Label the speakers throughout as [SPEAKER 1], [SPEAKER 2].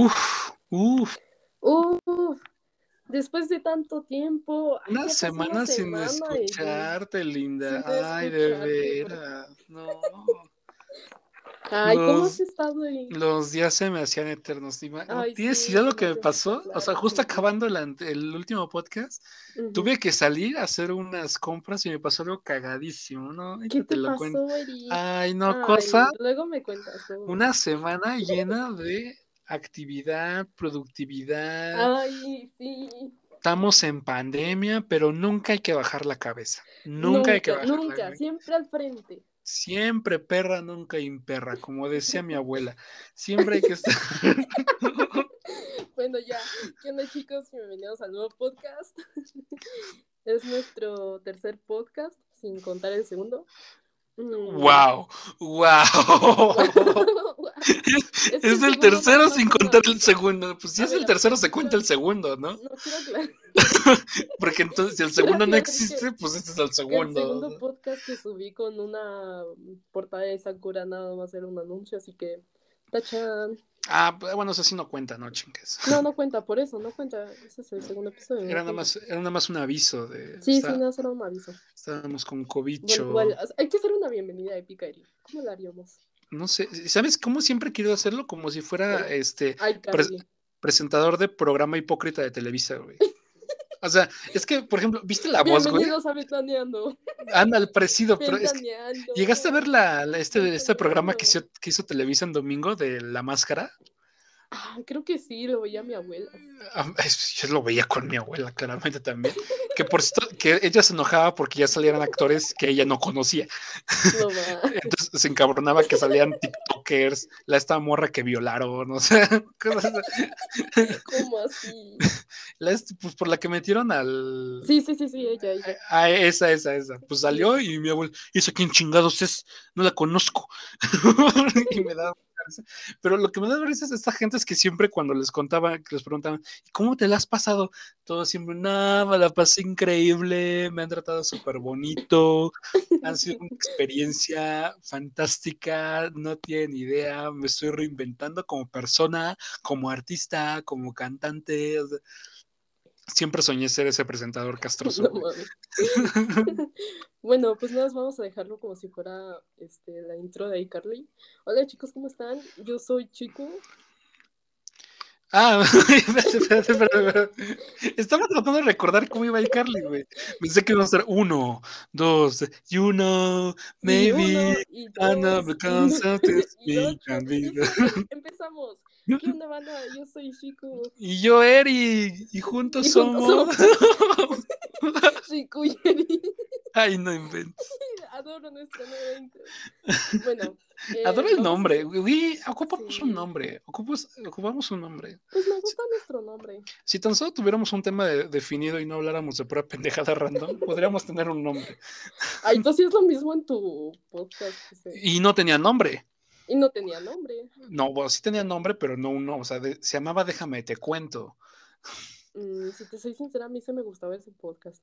[SPEAKER 1] Uf, uf.
[SPEAKER 2] Uf, después de tanto tiempo. ay, ya
[SPEAKER 1] Una
[SPEAKER 2] pasó
[SPEAKER 1] semana, sin
[SPEAKER 2] semana, y-
[SPEAKER 1] escucharte, linda.
[SPEAKER 2] Sin
[SPEAKER 1] Ay, de
[SPEAKER 2] escucharte.
[SPEAKER 1] veras. No.
[SPEAKER 2] Ay, ¿cómo
[SPEAKER 1] Los-
[SPEAKER 2] has estado? ahí?
[SPEAKER 1] Los días se me hacían eternos. Dima- ¿No
[SPEAKER 2] Ay,
[SPEAKER 1] ¿Tienes
[SPEAKER 2] sí,
[SPEAKER 1] idea lo
[SPEAKER 2] se
[SPEAKER 1] que
[SPEAKER 2] me
[SPEAKER 1] me
[SPEAKER 2] hace
[SPEAKER 1] pasó?
[SPEAKER 2] súper
[SPEAKER 1] O sea,
[SPEAKER 2] largo,
[SPEAKER 1] justo
[SPEAKER 2] sí.
[SPEAKER 1] acabando el, ante- el último podcast,
[SPEAKER 2] Ujú.
[SPEAKER 1] tuve que salir a hacer unas compras y me pasó algo cagadísimo, ¿no? Y
[SPEAKER 2] ¿Qué
[SPEAKER 1] te
[SPEAKER 2] te
[SPEAKER 1] lo cuento.
[SPEAKER 2] pasó, Eri?
[SPEAKER 1] Ay, no,
[SPEAKER 2] Ay,
[SPEAKER 1] cosa.
[SPEAKER 2] luego me cuentas. luego me
[SPEAKER 1] Una semana llena de actividad,
[SPEAKER 2] Ah.
[SPEAKER 1] productividad.
[SPEAKER 2] Ay, sí.
[SPEAKER 1] Estamos en pandemia, pero nunca hay que bajar la cabeza. Nunca, hay que
[SPEAKER 2] Nunca,
[SPEAKER 1] bajar la
[SPEAKER 2] nunca,
[SPEAKER 1] cabeza.
[SPEAKER 2] siempre al frente.
[SPEAKER 1] Siempre perra, nunca imperra, como decía mi abuela. Siempre hay que estar.
[SPEAKER 2] Bueno, ya. ¿Qué onda, chicos? Bienvenidos al nuevo podcast. Es nuestro tercer podcast, sin contar el segundo. Mm.
[SPEAKER 1] ¡Wow! ¡Wow!
[SPEAKER 2] Es que
[SPEAKER 1] Es el
[SPEAKER 2] segundo
[SPEAKER 1] tercero
[SPEAKER 2] nada
[SPEAKER 1] sin
[SPEAKER 2] más es
[SPEAKER 1] contar
[SPEAKER 2] una-
[SPEAKER 1] el segundo. Pues si
[SPEAKER 2] A
[SPEAKER 1] es
[SPEAKER 2] ver,
[SPEAKER 1] el
[SPEAKER 2] a
[SPEAKER 1] tercero,
[SPEAKER 2] ver,
[SPEAKER 1] se cuenta
[SPEAKER 2] quiero-
[SPEAKER 1] el segundo, ¿no?
[SPEAKER 2] No quiero aclarar
[SPEAKER 1] Porque entonces, si el
[SPEAKER 2] Quiero
[SPEAKER 1] segundo no
[SPEAKER 2] aclarar que-
[SPEAKER 1] existe, pues este es el
[SPEAKER 2] que el
[SPEAKER 1] segundo.
[SPEAKER 2] segundo podcast que subí con una portada de Sakura nada más era un anuncio, así que. Tachan.
[SPEAKER 1] Ah, pues, bueno, eso sí no cuenta, no chingues.
[SPEAKER 2] No, no cuenta, por eso, no cuenta. Ese es el segundo episodio. no
[SPEAKER 1] Era nada
[SPEAKER 2] cuenta.
[SPEAKER 1] más, era nada más un aviso de.
[SPEAKER 2] Sí,
[SPEAKER 1] está-
[SPEAKER 2] sí, no, solo un aviso.
[SPEAKER 1] Estábamos con
[SPEAKER 2] Bueno,
[SPEAKER 1] cobicho.
[SPEAKER 2] igual, o sea, hay que hacer una bienvenida épica, Eri. ¿Cómo la haríamos?
[SPEAKER 1] No sé, ¿sabes cómo siempre he querido hacerlo? Como si fuera este
[SPEAKER 2] Ay,
[SPEAKER 1] Pero-
[SPEAKER 2] Carly.
[SPEAKER 1] presentador de programa hipócrita de Televisa, güey. O sea, es que, por ejemplo, ¿viste la voz, güey?
[SPEAKER 2] Bienvenidos a Ventaneando.
[SPEAKER 1] Anda al presido, pero es que
[SPEAKER 2] Ventaneando.
[SPEAKER 1] llegaste a ver la, la- este, este programa que hizo,
[SPEAKER 2] Ventaneando.
[SPEAKER 1] que hizo Televisa en domingo de La Máscara.
[SPEAKER 2] Ah, creo que sí, lo veía mi abuela.
[SPEAKER 1] Ah, es- Yo lo veía con mi abuela, claramente también. Que por cierto, que ella se enojaba porque ya salían actores que ella no conocía.
[SPEAKER 2] No va.
[SPEAKER 1] Entonces se encabronaba que salían TikTokers, la esta morra que violaron, o sea, cosas-
[SPEAKER 2] ¿Cómo así?
[SPEAKER 1] la est- pues por la que metieron al.
[SPEAKER 2] Sí, sí, sí, sí, ella, ella.
[SPEAKER 1] a- a Ah, esa, esa, esa. Pues salió y mi abuelo, ¿y esa quién chingados es? No la conozco. y me daba risa. Pero lo que me da risa es esta gente es que siempre cuando les contaban, que les preguntaban, "¿Y ¿cómo te la has pasado? Todos siempre, nada, me la pasé increíble, me han tratado súper bonito, ha sido una experiencia fantástica, no tienen idea, me estoy reinventando como persona, como artista, como cantante. o sea, siempre soñé ser ese presentador castroso.
[SPEAKER 2] No
[SPEAKER 1] güey.
[SPEAKER 2] mames. Bueno, pues nada más vamos a dejarlo como si fuera este, la intro de iCarly. Hola chicos, ¿cómo están? Yo soy Chico.
[SPEAKER 1] Ah, espérate, espérate, espérate, espérate. Estaba tratando de recordar cómo iba a ir Carly, güey. Pensé que iba a ser uno, dos, you know,
[SPEAKER 2] Y uno,
[SPEAKER 1] maybe, Ah,
[SPEAKER 2] y
[SPEAKER 1] Anna,
[SPEAKER 2] dos, y
[SPEAKER 1] because
[SPEAKER 2] no-
[SPEAKER 1] it's
[SPEAKER 2] y
[SPEAKER 1] me
[SPEAKER 2] ocho.
[SPEAKER 1] and me.
[SPEAKER 2] Eso, Empezamos. ¿Qué onda, banda? Yo soy Chico.
[SPEAKER 1] Y yo, Eri, y juntos
[SPEAKER 2] Y juntos
[SPEAKER 1] somos.
[SPEAKER 2] Chico y Eri.
[SPEAKER 1] Ay, no invento.
[SPEAKER 2] Adoro nuestra nueva intro. Bueno. eh,
[SPEAKER 1] Adoro el
[SPEAKER 2] vamos a-
[SPEAKER 1] nombre, güey. Ocupamos
[SPEAKER 2] Sí.
[SPEAKER 1] un nombre. Ocupas- ocupamos un nombre.
[SPEAKER 2] Pues me gusta nuestro nombre.
[SPEAKER 1] Si tan solo tuviéramos un tema de- definido y no habláramos de pura pendejada random, podríamos tener un nombre.
[SPEAKER 2] Ay, tú hacías lo mismo en tu podcast. dice.
[SPEAKER 1] Y no tenía nombre.
[SPEAKER 2] Y no tenía nombre.
[SPEAKER 1] No, bueno, sí tenía nombre, pero no uno, o sea, de- se llamaba Déjame, te cuento.
[SPEAKER 2] Mm, si te soy sincera, a mí se me gustaba ese podcast.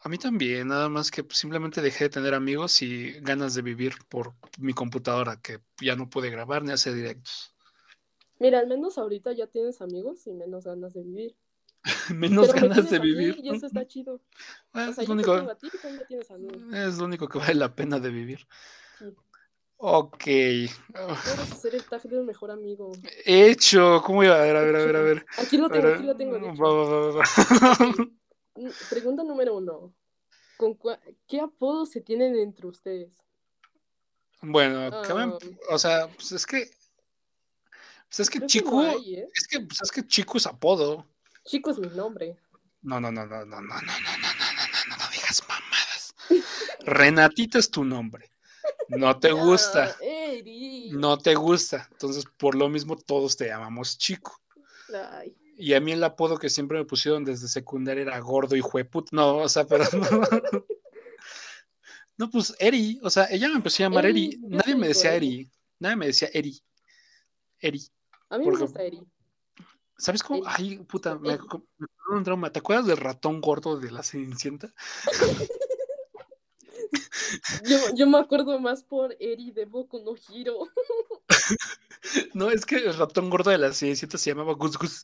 [SPEAKER 1] A mí también, nada más que simplemente dejé de tener amigos y ganas de vivir por mi computadora, que ya no pude grabar ni hacer directos.
[SPEAKER 2] Mira, al menos ahorita ya tienes amigos y menos ganas de vivir.
[SPEAKER 1] Menos
[SPEAKER 2] Pero me
[SPEAKER 1] ganas
[SPEAKER 2] tienes
[SPEAKER 1] de
[SPEAKER 2] a mí
[SPEAKER 1] vivir.
[SPEAKER 2] Y eso está chido.
[SPEAKER 1] Bueno,
[SPEAKER 2] O sea,
[SPEAKER 1] es,
[SPEAKER 2] yo
[SPEAKER 1] lo
[SPEAKER 2] te tengo
[SPEAKER 1] único,
[SPEAKER 2] a ti y tú me tienes a mí.
[SPEAKER 1] es lo único que vale la pena de vivir.
[SPEAKER 2] Sí.
[SPEAKER 1] Ok.
[SPEAKER 2] Puedes hacer el tag del mejor amigo.
[SPEAKER 1] Hecho, ¿cómo iba? A ver, a ver, a ver, a ver.
[SPEAKER 2] Aquí lo
[SPEAKER 1] A
[SPEAKER 2] tengo,
[SPEAKER 1] ver,
[SPEAKER 2] aquí lo tengo. de hecho.
[SPEAKER 1] va, va, va, va, va.
[SPEAKER 2] Mm, Pregunta número uno. ¿Con cua- ¿Qué apodos se tienen entre ustedes?
[SPEAKER 1] Bueno,
[SPEAKER 2] Ah,
[SPEAKER 1] cabe- o sea, pues es que. Pues es que
[SPEAKER 2] creo
[SPEAKER 1] Chico.
[SPEAKER 2] no hay, ¿eh?
[SPEAKER 1] Es que, pues, es que Chico es apodo.
[SPEAKER 2] Chico es mi nombre.
[SPEAKER 1] No, no, no, no, no, no, no, no, no, no, no, no, no digas mamadas. Renatito es tu nombre. No te gusta.
[SPEAKER 2] Ah, Eri.
[SPEAKER 1] No te gusta. Entonces, por lo mismo, todos te llamamos chico.
[SPEAKER 2] Ay.
[SPEAKER 1] Y a mí el apodo que siempre me pusieron desde secundaria era gordo y jueput. No, o sea, pero no. No, pues Eri, o sea, ella me empezó a llamar
[SPEAKER 2] Eri,
[SPEAKER 1] Eri.
[SPEAKER 2] yo te
[SPEAKER 1] Nadie me
[SPEAKER 2] digo
[SPEAKER 1] decía
[SPEAKER 2] Eri.
[SPEAKER 1] Eri. Nadie me decía Eri. Eri.
[SPEAKER 2] A mí me
[SPEAKER 1] Porque-
[SPEAKER 2] gusta Eri.
[SPEAKER 1] ¿Sabes cómo?
[SPEAKER 2] Eri.
[SPEAKER 1] Ay, puta, me, me
[SPEAKER 2] Eri.
[SPEAKER 1] acuerdo de un trauma. ¿Te acuerdas del ratón gordo de la Cenicienta?
[SPEAKER 2] Yo, yo me acuerdo más por Eri de Boku no Hiro.
[SPEAKER 1] No, es que el ratón gordo de la cenicienta se llamaba Gus Gus.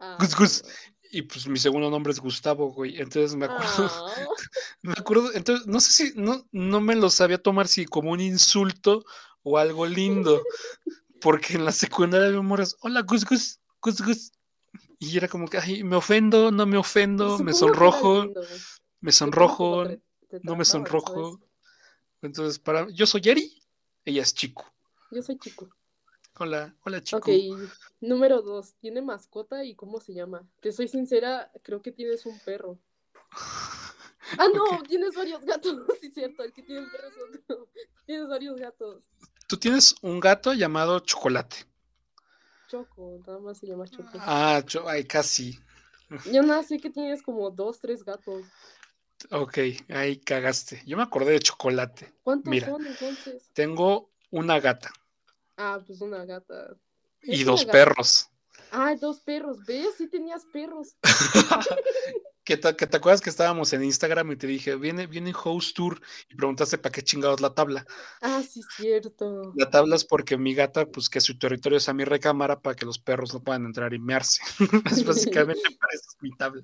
[SPEAKER 2] Ah.
[SPEAKER 1] Gus Gus. Y pues mi segundo nombre es Gustavo, güey. Entonces me acuerdo.
[SPEAKER 2] Ah.
[SPEAKER 1] Me acuerdo, entonces, no sé si, no, no me lo sabía tomar si como un insulto o algo lindo, porque en la secundaria había morras, hola, Gus Gus, Gus Gus, y era como que, ay, me ofendo, no me ofendo, me
[SPEAKER 2] Pues Supongo que era
[SPEAKER 1] sonrojo,
[SPEAKER 2] lindo, güey.
[SPEAKER 1] me
[SPEAKER 2] Supongo
[SPEAKER 1] sonrojo,
[SPEAKER 2] que te- te
[SPEAKER 1] no me
[SPEAKER 2] trataban,
[SPEAKER 1] sonrojo.
[SPEAKER 2] ¿sabes?
[SPEAKER 1] Entonces, para, yo soy Eri, ella es Chico.
[SPEAKER 2] Yo soy chico.
[SPEAKER 1] Hola, hola Chico.
[SPEAKER 2] Ok, número dos. ¿Tiene mascota y cómo se llama? Te soy sincera, creo que tienes un perro. Ah, no, tienes varios gatos. Sí, cierto, el que tiene un perro es otro. Tienes varios gatos.
[SPEAKER 1] Tú tienes un gato llamado Chocolate.
[SPEAKER 2] Choco, nada más se llama Choco.
[SPEAKER 1] Ah, cho- ay, casi.
[SPEAKER 2] Yo nada, sé que tienes como dos, tres gatos.
[SPEAKER 1] Ok, ahí cagaste. Yo me acordé de Chocolate.
[SPEAKER 2] ¿Cuántos
[SPEAKER 1] Mira.
[SPEAKER 2] son entonces?
[SPEAKER 1] Tengo una gata
[SPEAKER 2] Ah, pues una gata. Es
[SPEAKER 1] y
[SPEAKER 2] una
[SPEAKER 1] dos
[SPEAKER 2] gata.
[SPEAKER 1] perros.
[SPEAKER 2] Ah, dos perros. ¿Ves? Sí tenías perros.
[SPEAKER 1] Que te, que te acuerdas que estábamos en Instagram y te dije, viene, viene Host Tour y preguntaste para qué chingados la tabla.
[SPEAKER 2] Ah, sí, cierto.
[SPEAKER 1] La tabla es porque mi gata, pues que su territorio sea mi recámara para que los perros no puedan entrar y mearse. es básicamente para eso es mi tabla.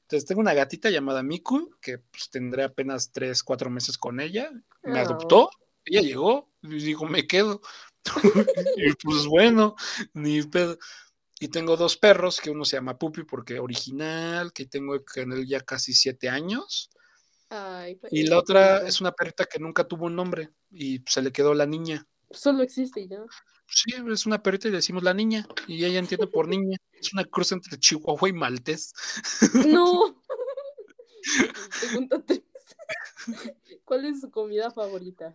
[SPEAKER 1] Entonces tengo una gatita llamada Miku, que pues tendré apenas tres, cuatro meses con ella. Me
[SPEAKER 2] Ah.
[SPEAKER 1] adoptó, ella llegó y dijo, me quedo. y pues bueno, ni pedo. Y tengo dos perros, que uno se llama Pupi porque original, que tengo con él ya casi siete años.
[SPEAKER 2] Ay, pues,
[SPEAKER 1] Y la otra es una perrita que nunca tuvo un nombre y se le quedó la niña.
[SPEAKER 2] Solo existe ya.
[SPEAKER 1] pues Sí, es una perrita y le decimos la niña. Y ella entiende por niña. Es una cruz entre Chihuahua y Maltés.
[SPEAKER 2] No. Pregunta tres. ¿Cuál es su comida favorita?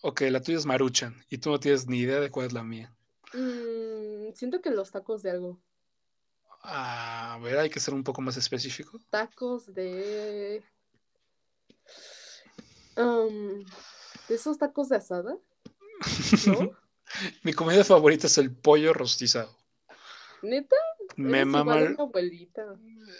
[SPEAKER 1] Ok, la tuya es Maruchan y tú no tienes ni idea de cuál es la mía.
[SPEAKER 2] Mm, siento que los tacos de algo.
[SPEAKER 1] A ver, hay que ser un poco más específico.
[SPEAKER 2] Tacos de. Um, ¿De esos tacos de asada? ¿No?
[SPEAKER 1] Mi comida favorita es el pollo rostizado.
[SPEAKER 2] ¿Neta?
[SPEAKER 1] Me
[SPEAKER 2] Eres igual
[SPEAKER 1] mama.
[SPEAKER 2] a
[SPEAKER 1] el-
[SPEAKER 2] tu abuelita.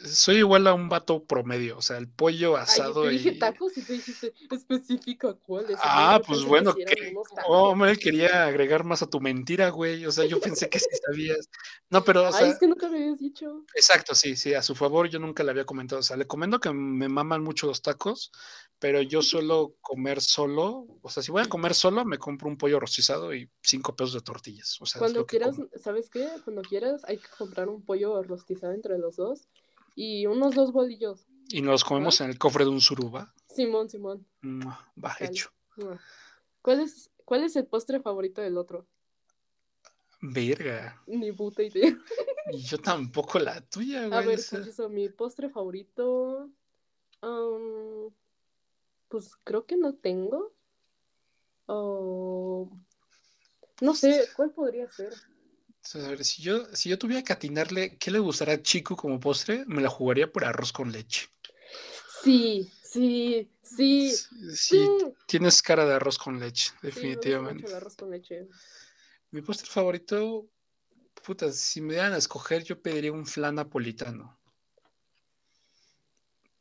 [SPEAKER 1] Soy igual a un vato promedio. O sea, el pollo
[SPEAKER 2] Ay, yo
[SPEAKER 1] asado
[SPEAKER 2] te dije
[SPEAKER 1] y.
[SPEAKER 2] tacos y tú dijiste específica cuáles.
[SPEAKER 1] Ah,
[SPEAKER 2] Yo
[SPEAKER 1] pues
[SPEAKER 2] pensé
[SPEAKER 1] bueno,
[SPEAKER 2] si eran
[SPEAKER 1] que-
[SPEAKER 2] unos tacos.
[SPEAKER 1] Hombre, quería agregar más a tu mentira, güey. O sea, yo pensé que sí sabías. No, pero, o sea,
[SPEAKER 2] Ay, es que nunca me habías dicho.
[SPEAKER 1] exacto, sí, sí, a su favor yo nunca le había comentado. O sea, le comento que me maman mucho los tacos, pero yo suelo comer solo. O sea, si voy a comer solo, me compro un pollo rostizado y cinco pesos de tortillas. O sea, Ah, es
[SPEAKER 2] Cuando
[SPEAKER 1] lo que
[SPEAKER 2] quieras,
[SPEAKER 1] como.
[SPEAKER 2] ¿sabes qué? Cuando quieras hay que comprar un pollo rostizado entre los dos y unos dos bolillos.
[SPEAKER 1] Y nos los comemos en el cofre de un suruba.
[SPEAKER 2] Simón, Simón.
[SPEAKER 1] Mua, Va,
[SPEAKER 2] Dale.
[SPEAKER 1] hecho.
[SPEAKER 2] Mua. ¿Cuál es, ¿Cuál es el postre favorito del otro?
[SPEAKER 1] Verga.
[SPEAKER 2] Ni puta idea.
[SPEAKER 1] Y yo tampoco la tuya, güey.
[SPEAKER 2] A ver,
[SPEAKER 1] o sea.
[SPEAKER 2] confieso, mi postre favorito. am, pues creo que no tengo. O- No sé, ¿cuál podría ser?
[SPEAKER 1] O sea, a ver, si yo, si yo tuviera que atinarle qué le gustará a Chico como postre, me la jugaría por arroz con leche.
[SPEAKER 2] Sí, sí, sí.
[SPEAKER 1] Sí, sí, tienes cara de arroz con leche,
[SPEAKER 2] Sí, me gusta mucho
[SPEAKER 1] definitivamente.
[SPEAKER 2] el arroz con leche.
[SPEAKER 1] Mi postre favorito, puta, si me dieran a escoger, yo pediría un flan napolitano.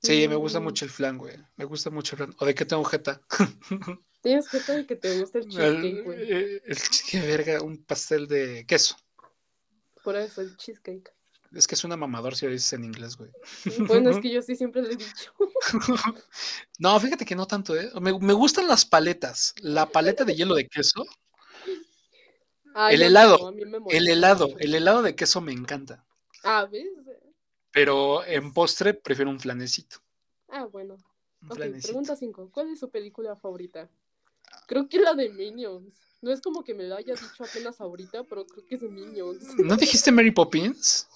[SPEAKER 1] Sí, me gusta
[SPEAKER 2] Mm.
[SPEAKER 1] mucho el flan, güey. Me gusta mucho el flan. ¿O de qué tengo jeta?
[SPEAKER 2] Tienes jeta de que te gusta el cheesecake,
[SPEAKER 1] El,
[SPEAKER 2] güey.
[SPEAKER 1] eh, el qué verga, un pastel de queso.
[SPEAKER 2] Por eso, el cheesecake.
[SPEAKER 1] Es que suena mamador si lo dices en inglés, güey.
[SPEAKER 2] Bueno, es que yo sí siempre lo he dicho.
[SPEAKER 1] No, fíjate que no tanto, ¿eh? Me, me gustan las paletas. La paleta de hielo de queso,
[SPEAKER 2] Ay,
[SPEAKER 1] El
[SPEAKER 2] no,
[SPEAKER 1] helado,
[SPEAKER 2] no, a mí me
[SPEAKER 1] el
[SPEAKER 2] molesta
[SPEAKER 1] helado,
[SPEAKER 2] mucho.
[SPEAKER 1] el helado de queso me encanta.
[SPEAKER 2] Ah, ¿ves?
[SPEAKER 1] Pero en postre prefiero un flanecito.
[SPEAKER 2] Ah, bueno.
[SPEAKER 1] Un
[SPEAKER 2] Ok,
[SPEAKER 1] flanecito.
[SPEAKER 2] pregunta 5. ¿Cuál es su película favorita? Creo que la de Minions. No es como que me lo haya dicho apenas ahorita, pero creo que es de Minions.
[SPEAKER 1] ¿No dijiste Mary Poppins?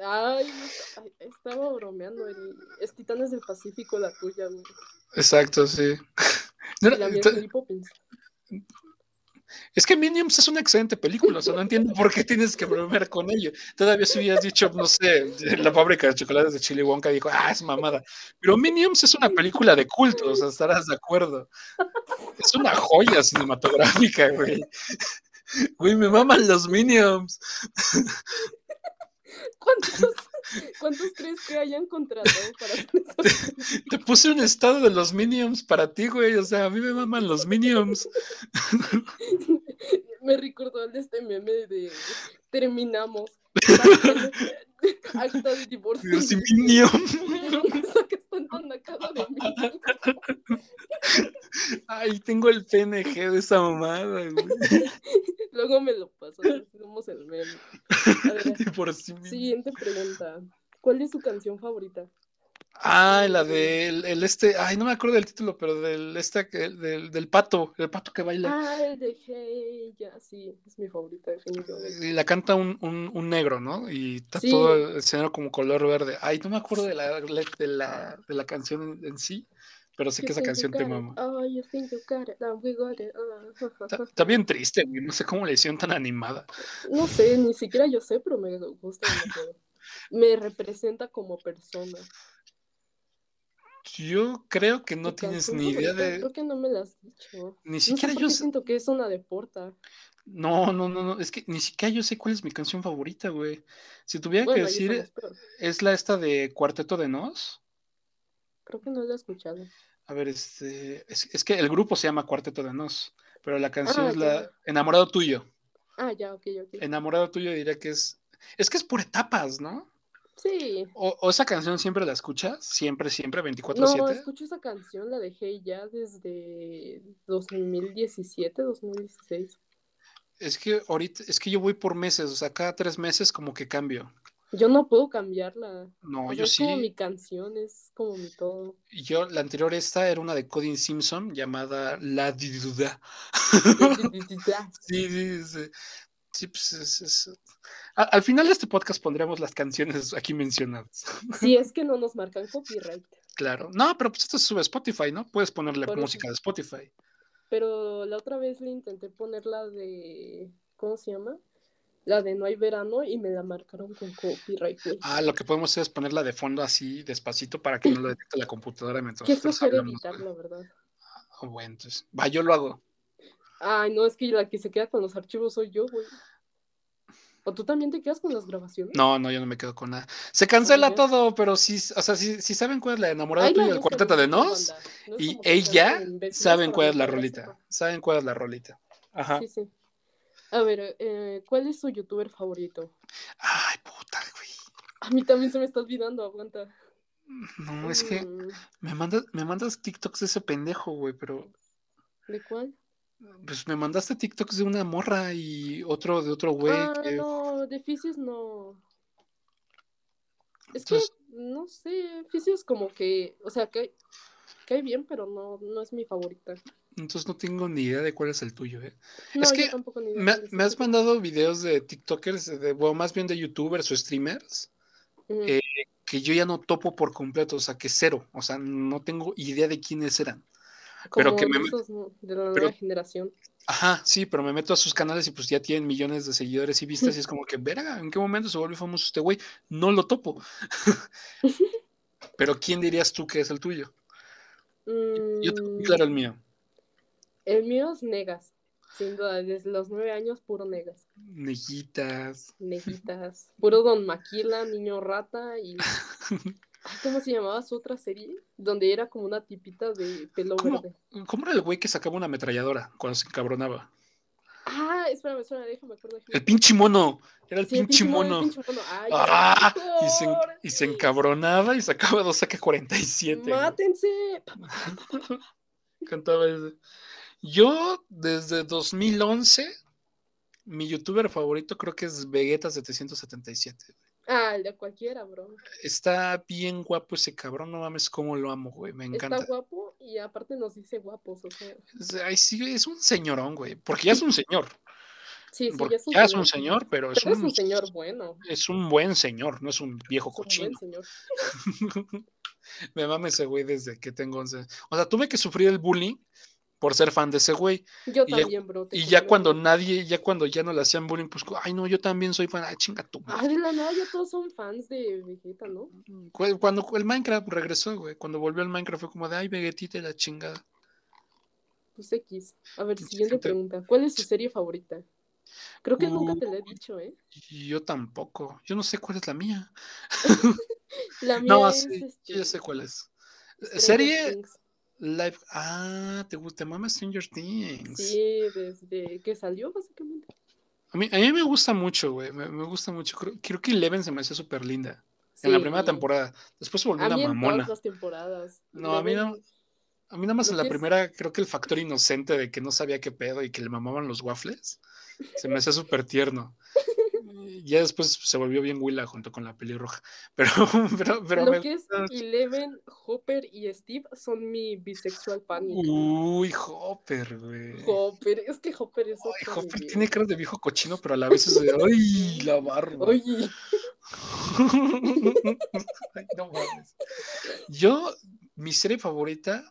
[SPEAKER 2] Ay, ay, estaba bromeando. Eri. Es Titanes del Pacífico la tuya, güey.
[SPEAKER 1] Exacto, sí. No,
[SPEAKER 2] Y la mía es
[SPEAKER 1] t-
[SPEAKER 2] Mary Poppins.
[SPEAKER 1] es que Minions es una excelente película, o sea, no entiendo por qué tienes que bromear con ello. Todavía si hubieras dicho, no sé, la fábrica de chocolates de Chili Wonka dijo, ah, es mamada. Pero Minions es una película de culto, o sea, estarás de acuerdo. Es una joya cinematográfica, güey. Güey, me maman los Minions.
[SPEAKER 2] ¿Cuántos, ¿Cuántos crees que hayan contratado para hacer eso?
[SPEAKER 1] Te puse un estado de los Minions para ti, güey. O sea, a mí me maman los Minions.
[SPEAKER 2] me recordó el de este meme de terminamos. Acta de divorcio.
[SPEAKER 1] Dios mío.
[SPEAKER 2] Eso que están tan acá de mí.
[SPEAKER 1] Ay, tengo el PNG de esa mamada, güey.
[SPEAKER 2] Luego me lo pasas, hacemos el meme. A ver,
[SPEAKER 1] Y por sí mismo.
[SPEAKER 2] siguiente pregunta. ¿Cuál es su canción favorita?
[SPEAKER 1] Ah, la del el este, ay, no me acuerdo del título, pero del este que- del, del pato, el pato que baila.
[SPEAKER 2] Ah, el de Hey, ya, sí, es mi favorita, definitivamente.
[SPEAKER 1] Y la canta un, un, un negro, ¿no? Y está
[SPEAKER 2] Sí.
[SPEAKER 1] todo el escenario como color verde. Ay, no me acuerdo de la, de la, de la canción en sí, pero sé que
[SPEAKER 2] You
[SPEAKER 1] esa
[SPEAKER 2] think you
[SPEAKER 1] canción te
[SPEAKER 2] got it.
[SPEAKER 1] mama.
[SPEAKER 2] Oh, you think you got it, and we got it, ah, ja, ja,
[SPEAKER 1] Está,
[SPEAKER 2] ja.
[SPEAKER 1] está bien triste, güey. No sé cómo le hicieron tan animada.
[SPEAKER 2] No sé, ni siquiera yo sé, pero me gusta demasiado. Me representa como persona.
[SPEAKER 1] Yo creo que no
[SPEAKER 2] Mi
[SPEAKER 1] tienes
[SPEAKER 2] canción
[SPEAKER 1] ni idea
[SPEAKER 2] favorita,
[SPEAKER 1] de.
[SPEAKER 2] Creo que no me la has dicho.
[SPEAKER 1] Ni
[SPEAKER 2] No sé
[SPEAKER 1] siquiera
[SPEAKER 2] por
[SPEAKER 1] yo
[SPEAKER 2] qué
[SPEAKER 1] sé.
[SPEAKER 2] siento que es una deporta.
[SPEAKER 1] No, no, no, no. Es que ni siquiera yo sé cuál es mi canción favorita, güey. Si tuviera que
[SPEAKER 2] Bueno, ahí
[SPEAKER 1] decir,
[SPEAKER 2] somos peor.
[SPEAKER 1] es la esta de Cuarteto de Nos.
[SPEAKER 2] Creo que no la he escuchado.
[SPEAKER 1] A ver, este. Es, es que el grupo se llama Cuarteto de Nos. Pero la canción
[SPEAKER 2] Ah,
[SPEAKER 1] es la.
[SPEAKER 2] ya.
[SPEAKER 1] Enamorado tuyo.
[SPEAKER 2] Ah, ya, ok, ok.
[SPEAKER 1] Enamorado tuyo diría que es. Es que es por etapas, ¿no?
[SPEAKER 2] Sí.
[SPEAKER 1] O, o esa canción siempre la escuchas, siempre, siempre,
[SPEAKER 2] No,
[SPEAKER 1] 24-7.
[SPEAKER 2] escucho esa canción, la dejé ya desde 2017, 2016.
[SPEAKER 1] Es que ahorita, es que yo voy por meses, o sea, cada tres meses como que cambio.
[SPEAKER 2] Yo no puedo cambiarla.
[SPEAKER 1] No,
[SPEAKER 2] O sea,
[SPEAKER 1] yo
[SPEAKER 2] Pues es
[SPEAKER 1] sí.
[SPEAKER 2] como mi canción, es como mi todo.
[SPEAKER 1] Yo, la anterior esta era una de Codin Simpson llamada La Diduda. Sí, sí, sí. Sí, pues, es- es- A- al final de este podcast pondremos las canciones aquí mencionadas.
[SPEAKER 2] Si es que no nos marcan copyright.
[SPEAKER 1] Claro. No, pero pues esto se sube a Spotify, ¿no? Puedes ponerle
[SPEAKER 2] Por eso.
[SPEAKER 1] música de Spotify.
[SPEAKER 2] Pero la otra vez le intenté poner la de. ¿Cómo se llama? La de No hay verano y me la marcaron con copyright. güey.
[SPEAKER 1] Ah, lo que podemos hacer es ponerla de fondo así, despacito, para que no lo detecte la computadora mientras
[SPEAKER 2] Qué
[SPEAKER 1] nosotros
[SPEAKER 2] flojera
[SPEAKER 1] hablamos.
[SPEAKER 2] editar, la verdad.
[SPEAKER 1] Ah, bueno, entonces, va, yo lo hago.
[SPEAKER 2] Ay, no, es que la que se queda con los archivos soy yo, güey. ¿O tú también te quedas con las grabaciones?
[SPEAKER 1] No, no, yo no me quedo con nada. Se cancela
[SPEAKER 2] ya.
[SPEAKER 1] todo, pero sí, o sea, si saben cuál es la enamorada
[SPEAKER 2] Ahí la
[SPEAKER 1] tuya del
[SPEAKER 2] buscan
[SPEAKER 1] cuarteto de
[SPEAKER 2] en otra
[SPEAKER 1] Nos,
[SPEAKER 2] banda. No es
[SPEAKER 1] y
[SPEAKER 2] como que
[SPEAKER 1] ella
[SPEAKER 2] sean tan imbéciles
[SPEAKER 1] saben
[SPEAKER 2] para
[SPEAKER 1] cuál es la
[SPEAKER 2] meter
[SPEAKER 1] rolita.
[SPEAKER 2] eso.
[SPEAKER 1] Saben cuál es la rolita. Ajá.
[SPEAKER 2] Sí, sí. A ver, eh, ¿cuál es su youtuber favorito?
[SPEAKER 1] Ay, puta, güey.
[SPEAKER 2] A mí también se me está olvidando, aguanta.
[SPEAKER 1] No, es que
[SPEAKER 2] Mm,
[SPEAKER 1] me mandas, me mandas TikToks de ese pendejo, güey, pero
[SPEAKER 2] ¿De cuál?
[SPEAKER 1] pues me mandaste TikToks de una morra y otro de otro güey.
[SPEAKER 2] ah,
[SPEAKER 1] que-
[SPEAKER 2] no, de Fisios no. Es
[SPEAKER 1] Entonces-
[SPEAKER 2] que, no sé, Fisios como que, o sea, cae, cae bien, pero no, no es mi favorita.
[SPEAKER 1] Entonces no tengo ni idea de cuál es el tuyo, eh.
[SPEAKER 2] No,
[SPEAKER 1] Es
[SPEAKER 2] yo
[SPEAKER 1] que
[SPEAKER 2] tampoco ni idea
[SPEAKER 1] Me,
[SPEAKER 2] cuál es.
[SPEAKER 1] me has mandado videos de TikTokers, de, bueno, más bien de YouTubers o streamers,
[SPEAKER 2] Ujú.
[SPEAKER 1] eh, que yo ya no topo por completo, o sea, que cero, o sea, no tengo idea de quiénes eran. pero
[SPEAKER 2] Como
[SPEAKER 1] que me-
[SPEAKER 2] de esos, ¿no? de la
[SPEAKER 1] pero-
[SPEAKER 2] nueva generación.
[SPEAKER 1] Ajá, sí, pero me meto a sus canales y pues ya tienen millones de seguidores y vistas y es como que, verga, ¿en qué momento se volvió famoso este güey? No lo topo. pero ¿quién dirías tú que es el tuyo? Yo tengo muy
[SPEAKER 2] Mm,
[SPEAKER 1] claro el mío.
[SPEAKER 2] El mío es negas. Sin duda, desde los nueve años, puro negas.
[SPEAKER 1] Neguitas.
[SPEAKER 2] Negitas. Puro Don Maquila, Niño Rata y. Ay, ¿Cómo se llamaba su otra serie? Donde era como una tipita de pelo
[SPEAKER 1] ¿Cómo?
[SPEAKER 2] verde.
[SPEAKER 1] ¿Cómo era el güey que sacaba una ametralladora cuando se encabronaba?
[SPEAKER 2] Ah, espérame, espérame, déjame, acuerdo. déjame
[SPEAKER 1] El pinche mono. Era el
[SPEAKER 2] Sí, el
[SPEAKER 1] pinche
[SPEAKER 2] el
[SPEAKER 1] mono.
[SPEAKER 2] pinche mono. Ay,
[SPEAKER 1] ¡Ah!
[SPEAKER 2] qué
[SPEAKER 1] Y se,
[SPEAKER 2] horror.
[SPEAKER 1] y se encabronaba y sacaba dos AK 47. güey.
[SPEAKER 2] ¡Mátense!
[SPEAKER 1] Cantaba ese. Yo, desde 2011, mi youtuber favorito creo que es Vegeta777.
[SPEAKER 2] Ah, el de cualquiera, bro.
[SPEAKER 1] Está bien guapo ese cabrón, no mames cómo lo amo, güey. Me encanta.
[SPEAKER 2] Está guapo y aparte nos dice guapos, o sea.
[SPEAKER 1] Es- Ay, sí, es un señorón, güey. Porque ya es un señor.
[SPEAKER 2] Sí, sí,
[SPEAKER 1] Porque
[SPEAKER 2] ya es un señor.
[SPEAKER 1] señor, pero es
[SPEAKER 2] Pero es
[SPEAKER 1] un,
[SPEAKER 2] un señor bueno.
[SPEAKER 1] es un buen señor, no es un viejo
[SPEAKER 2] Es un
[SPEAKER 1] cochino.
[SPEAKER 2] buen señor.
[SPEAKER 1] Me mame ese güey desde que tengo 11. O sea, tuve que sufrir el bullying por ser fan de ese güey.
[SPEAKER 2] Yo
[SPEAKER 1] Y ya-
[SPEAKER 2] también, bro. te
[SPEAKER 1] Y
[SPEAKER 2] juro.
[SPEAKER 1] ya cuando nadie, ya cuando ya no le hacían bullying, pues, ay, no, yo también soy fan. Ay, chinga tu madre.
[SPEAKER 2] Ay, Ah, de la nada ya todos son fans de Vegeta, ¿no?
[SPEAKER 1] Cu- Cuando el Minecraft regresó, güey, cuando volvió el Minecraft fue como de, ay, Vegetita y la chingada.
[SPEAKER 2] Pues X. A ver,
[SPEAKER 1] Sí,
[SPEAKER 2] siguiente
[SPEAKER 1] gente. Mm.
[SPEAKER 2] pregunta. ¿Cuál es su serie favorita? Creo que nunca te la he dicho, ¿eh?
[SPEAKER 1] Y yo tampoco. Yo no sé cuál es la mía.
[SPEAKER 2] La mía
[SPEAKER 1] No,
[SPEAKER 2] es
[SPEAKER 1] sí,
[SPEAKER 2] este,
[SPEAKER 1] yo ya sé cuál es.
[SPEAKER 2] Stranger
[SPEAKER 1] Serie,
[SPEAKER 2] Things.
[SPEAKER 1] Live. Ah, te gusta, mama Stranger Things.
[SPEAKER 2] Sí, desde que salió, básicamente.
[SPEAKER 1] A mí, a mí me gusta mucho, güey. Me, me gusta mucho. Creo, creo que Eleven se me hacía súper linda. En la
[SPEAKER 2] Sí.
[SPEAKER 1] primera temporada. Después se volvió
[SPEAKER 2] A
[SPEAKER 1] una
[SPEAKER 2] mí en
[SPEAKER 1] mamona.
[SPEAKER 2] todas las temporadas.
[SPEAKER 1] No, a mí no. A mí nada más en
[SPEAKER 2] Creo
[SPEAKER 1] la
[SPEAKER 2] que es-
[SPEAKER 1] primera, creo que el factor inocente de que no sabía qué pedo y que le mamaban los waffles, se me hacía súper tierno. Y Ya después se volvió bien Willa junto con la pelirroja. Pero, pero, pero
[SPEAKER 2] Lo
[SPEAKER 1] me-
[SPEAKER 2] que es Eleven, Hopper y Steve son mi bisexual pánico.
[SPEAKER 1] Uy, Hopper, güey.
[SPEAKER 2] Hopper, es que Hopper es
[SPEAKER 1] Ay,
[SPEAKER 2] otro
[SPEAKER 1] Hopper
[SPEAKER 2] nivel.
[SPEAKER 1] tiene cara de viejo cochino, pero a la vez es de ¡ay! La barba.
[SPEAKER 2] Oye,
[SPEAKER 1] Ay, no mames. Yo, mi serie favorita,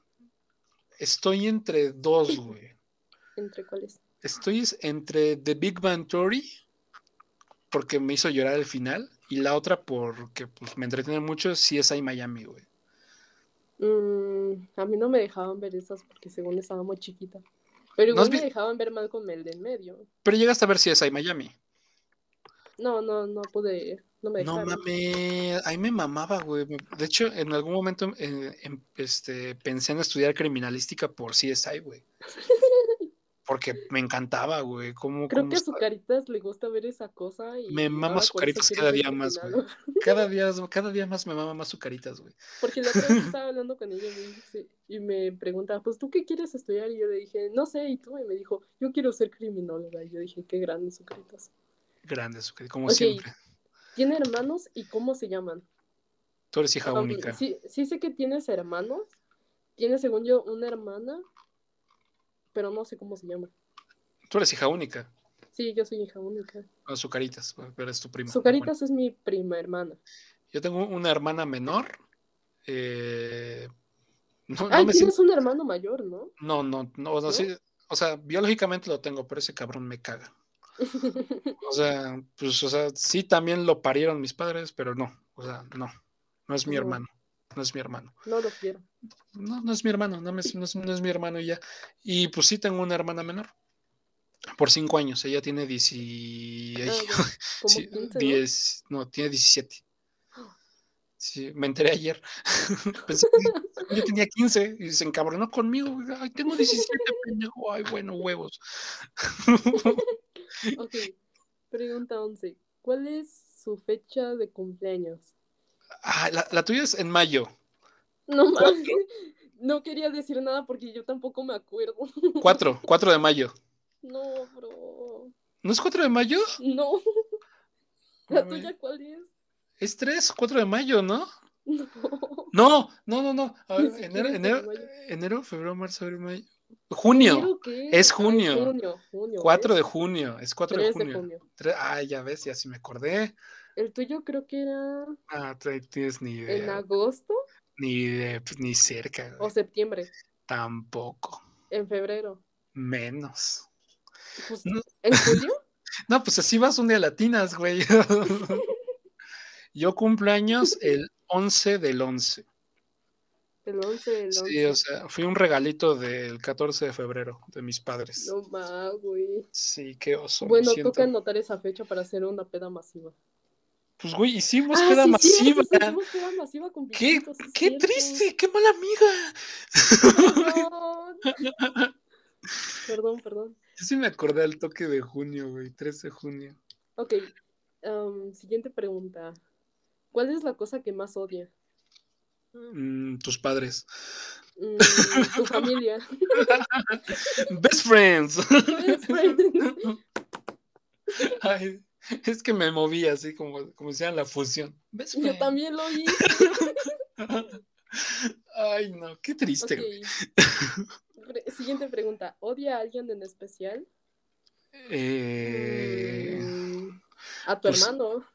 [SPEAKER 1] estoy entre dos, güey.
[SPEAKER 2] ¿entre cuáles?
[SPEAKER 1] Estoy es- entre The Big Bang Theory, porque me hizo llorar al final, y la otra porque pues, me entretiene mucho, si es Miami, güey.
[SPEAKER 2] Mm, a mí no me dejaban ver esas porque según estaba muy chiquita. Pero
[SPEAKER 1] ¿No has
[SPEAKER 2] igual me
[SPEAKER 1] vi-
[SPEAKER 2] dejaban ver mal con el de en medio.
[SPEAKER 1] Pero llegaste a ver si es Miami.
[SPEAKER 2] No, no, no pude, no me
[SPEAKER 1] No
[SPEAKER 2] dejaron.
[SPEAKER 1] mames, ahí me mamaba, güey. De hecho, en algún momento eh, em- este, pensé en estudiar criminalística por CSI, güey. Porque me encantaba, güey. Cómo,
[SPEAKER 2] Creo
[SPEAKER 1] cómo
[SPEAKER 2] que a
[SPEAKER 1] está-
[SPEAKER 2] Zucaritas le gusta ver esa cosa y
[SPEAKER 1] Me mama
[SPEAKER 2] ahora por eso
[SPEAKER 1] Zucaritas
[SPEAKER 2] quiere
[SPEAKER 1] cada
[SPEAKER 2] ser
[SPEAKER 1] día más, güey.
[SPEAKER 2] criminal.
[SPEAKER 1] cada, día, cada día más me mama más su caritas, güey.
[SPEAKER 2] Porque la otra vez estaba hablando con ella y me, dice- y me preguntaba, pues, ¿tú qué quieres estudiar? Y yo le dije, no sé, y tú, y me dijo, yo quiero ser criminóloga. Y yo dije, qué grande, Zucaritas.
[SPEAKER 1] Grande su carita, como
[SPEAKER 2] Ok.
[SPEAKER 1] siempre.
[SPEAKER 2] ¿Tiene hermanos y cómo se llaman?
[SPEAKER 1] Tú eres hija
[SPEAKER 2] Um,
[SPEAKER 1] única.
[SPEAKER 2] sí, sí sé que tienes hermanos. Tiene, según yo, una hermana, pero no sé cómo se llama.
[SPEAKER 1] Tú eres hija única.
[SPEAKER 2] Sí, yo soy hija única.
[SPEAKER 1] No, su caritas, pero es tu prima.
[SPEAKER 2] Zucaritas es mi prima hermana.
[SPEAKER 1] Bueno, yo tengo una hermana menor. eh, no, no
[SPEAKER 2] Ay,
[SPEAKER 1] me siento-
[SPEAKER 2] tienes ¿Eh? un hermano mayor, ¿no?
[SPEAKER 1] No, no, no, o sea,
[SPEAKER 2] ¿No?
[SPEAKER 1] sí, o sea, biológicamente lo tengo, pero ese cabrón me caga. O sea, pues, o sea, sí también lo parieron mis padres, pero no, o sea, no, no es mi
[SPEAKER 2] No.
[SPEAKER 1] hermano, no es mi hermano,
[SPEAKER 2] no lo quiero.
[SPEAKER 1] no, no es mi hermano, no, me- no es, no es mi hermano y ya. Y pues sí tengo una hermana menor, por cinco años, ella tiene 18,
[SPEAKER 2] Ah, ya, como
[SPEAKER 1] sí,
[SPEAKER 2] 15, ¿no?
[SPEAKER 1] 10, no, tiene 17. Sí, me enteré ayer. Pensé que yo tenía 15 y se encabronó conmigo. güey. Ay, tengo 17, pendejo. Ay, bueno, huevos.
[SPEAKER 2] Ok, pregunta 11. ¿Cuál es su fecha de cumpleaños?
[SPEAKER 1] Ah, la, la tuya es en mayo.
[SPEAKER 2] No, ma-
[SPEAKER 1] ¿Cuatro?
[SPEAKER 2] no quería decir nada porque yo tampoco me acuerdo.
[SPEAKER 1] 4, 4 de mayo.
[SPEAKER 2] No, bro.
[SPEAKER 1] ¿No es 4 de mayo?
[SPEAKER 2] No. ¿La
[SPEAKER 1] Ay,
[SPEAKER 2] tuya cuál es?
[SPEAKER 1] Es 3, 4 de mayo, ¿no?
[SPEAKER 2] No.
[SPEAKER 1] No, no, no, no. A
[SPEAKER 2] Ni
[SPEAKER 1] ver, enero,
[SPEAKER 2] siquiera es en
[SPEAKER 1] enero,
[SPEAKER 2] mayo.
[SPEAKER 1] enero, febrero, marzo, abril, mayo. Junio.
[SPEAKER 2] ¿Enero qué
[SPEAKER 1] Es
[SPEAKER 2] Ay,
[SPEAKER 1] junio.
[SPEAKER 2] junio, junio.
[SPEAKER 1] 4 de
[SPEAKER 2] ¿ves?
[SPEAKER 1] junio. Es 4 de
[SPEAKER 2] Tres
[SPEAKER 1] junio. Tre- Ah, ya ves, ya sí me acordé.
[SPEAKER 2] El tuyo creo que era
[SPEAKER 1] Ah, tú ahí tienes ni
[SPEAKER 2] en
[SPEAKER 1] idea.
[SPEAKER 2] agosto
[SPEAKER 1] Ni, de- ni cerca. güey.
[SPEAKER 2] o septiembre,
[SPEAKER 1] Tampoco.
[SPEAKER 2] en febrero.
[SPEAKER 1] Menos.
[SPEAKER 2] Pues,
[SPEAKER 1] No.
[SPEAKER 2] ¿En julio?
[SPEAKER 1] No, pues así vas un día latinas, güey. Yo cumplo años el 11 del 11.
[SPEAKER 2] El 11, el 11.
[SPEAKER 1] Sí, o sea, fui un regalito del 14 de febrero de mis padres.
[SPEAKER 2] No ma, güey.
[SPEAKER 1] Sí, qué oso. me
[SPEAKER 2] Bueno,
[SPEAKER 1] siento.
[SPEAKER 2] toca anotar esa fecha para hacer una peda masiva.
[SPEAKER 1] Pues, güey, hicimos
[SPEAKER 2] Ah,
[SPEAKER 1] peda
[SPEAKER 2] sí,
[SPEAKER 1] masiva.
[SPEAKER 2] cierto, sí, hicimos peda masiva con
[SPEAKER 1] qué
[SPEAKER 2] Vicentitos, sí,
[SPEAKER 1] qué
[SPEAKER 2] cierto.
[SPEAKER 1] triste, qué mala amiga.
[SPEAKER 2] Perdón. perdón, perdón.
[SPEAKER 1] Yo sí me acordé del toque de junio, güey, 3 de junio.
[SPEAKER 2] Ok, am, siguiente pregunta. ¿Cuál es la cosa que más odia?
[SPEAKER 1] Mm, tus padres.
[SPEAKER 2] Mm, tu familia.
[SPEAKER 1] Best friends.
[SPEAKER 2] Best friends.
[SPEAKER 1] Ay, es que me moví así como, como decían la fusión. Best
[SPEAKER 2] Yo
[SPEAKER 1] friends.
[SPEAKER 2] también lo hice.
[SPEAKER 1] Ay, no, qué triste. Este güey.
[SPEAKER 2] Ok. Pre- siguiente pregunta. ¿Odia a alguien en especial?
[SPEAKER 1] Eh,
[SPEAKER 2] Mm, a tu
[SPEAKER 1] pues-
[SPEAKER 2] hermano.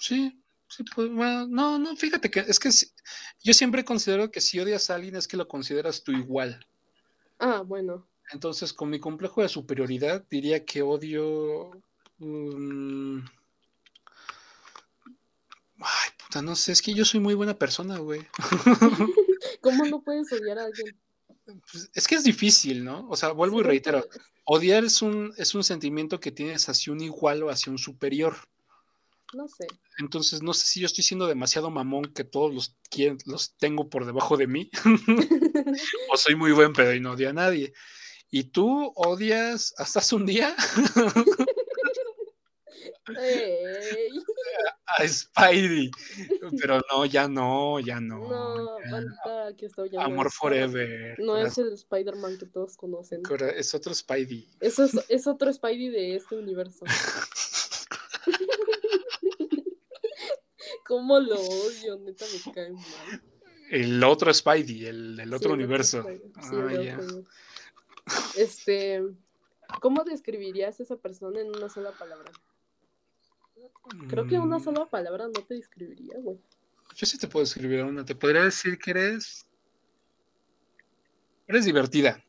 [SPEAKER 1] sí, sí, pues, bueno, no, no, fíjate que es que si- yo siempre considero que si odias a alguien es que lo consideras tu igual.
[SPEAKER 2] Ah, bueno.
[SPEAKER 1] Entonces, con mi complejo de superioridad, diría que odio. mm, ay, puta, no sé, es que yo soy muy buena persona, güey.
[SPEAKER 2] ¿Cómo no puedes odiar a alguien?
[SPEAKER 1] Pues, es que es difícil, ¿no? O sea, vuelvo y
[SPEAKER 2] Según tú-
[SPEAKER 1] reitero. Odiar es un, es un sentimiento que tienes hacia un igual o hacia un superior.
[SPEAKER 2] No sé.
[SPEAKER 1] Entonces, no sé si yo estoy siendo demasiado mamón que todos los, quien- los tengo por debajo de mí, o soy muy buen pedo y no odio a nadie. ¿Y tú odias hasta hace un día
[SPEAKER 2] Ey,
[SPEAKER 1] a Spidey? Pero no, ya no, ya no.
[SPEAKER 2] no,
[SPEAKER 1] ya.
[SPEAKER 2] maldita, que estoy ya no
[SPEAKER 1] Amor
[SPEAKER 2] es-
[SPEAKER 1] Forever.
[SPEAKER 2] No
[SPEAKER 1] Cora-
[SPEAKER 2] es el Spider-Man que todos conocen.
[SPEAKER 1] Cora- es otro Spidey.
[SPEAKER 2] Eso es, es otro Spidey de este universo. ¿Cómo lo odio? Neta me cae mal.
[SPEAKER 1] El otro Spidey, el del otro
[SPEAKER 2] Sí,
[SPEAKER 1] universo.
[SPEAKER 2] Spidey. Sí,
[SPEAKER 1] Ah,
[SPEAKER 2] el
[SPEAKER 1] ya.
[SPEAKER 2] otro. Este, ¿cómo describirías a esa persona en una sola palabra? Creo que una
[SPEAKER 1] Mm,
[SPEAKER 2] sola palabra no te describiría, güey.
[SPEAKER 1] Yo sí te puedo escribir una. Te podría decir que eres. Eres divertida.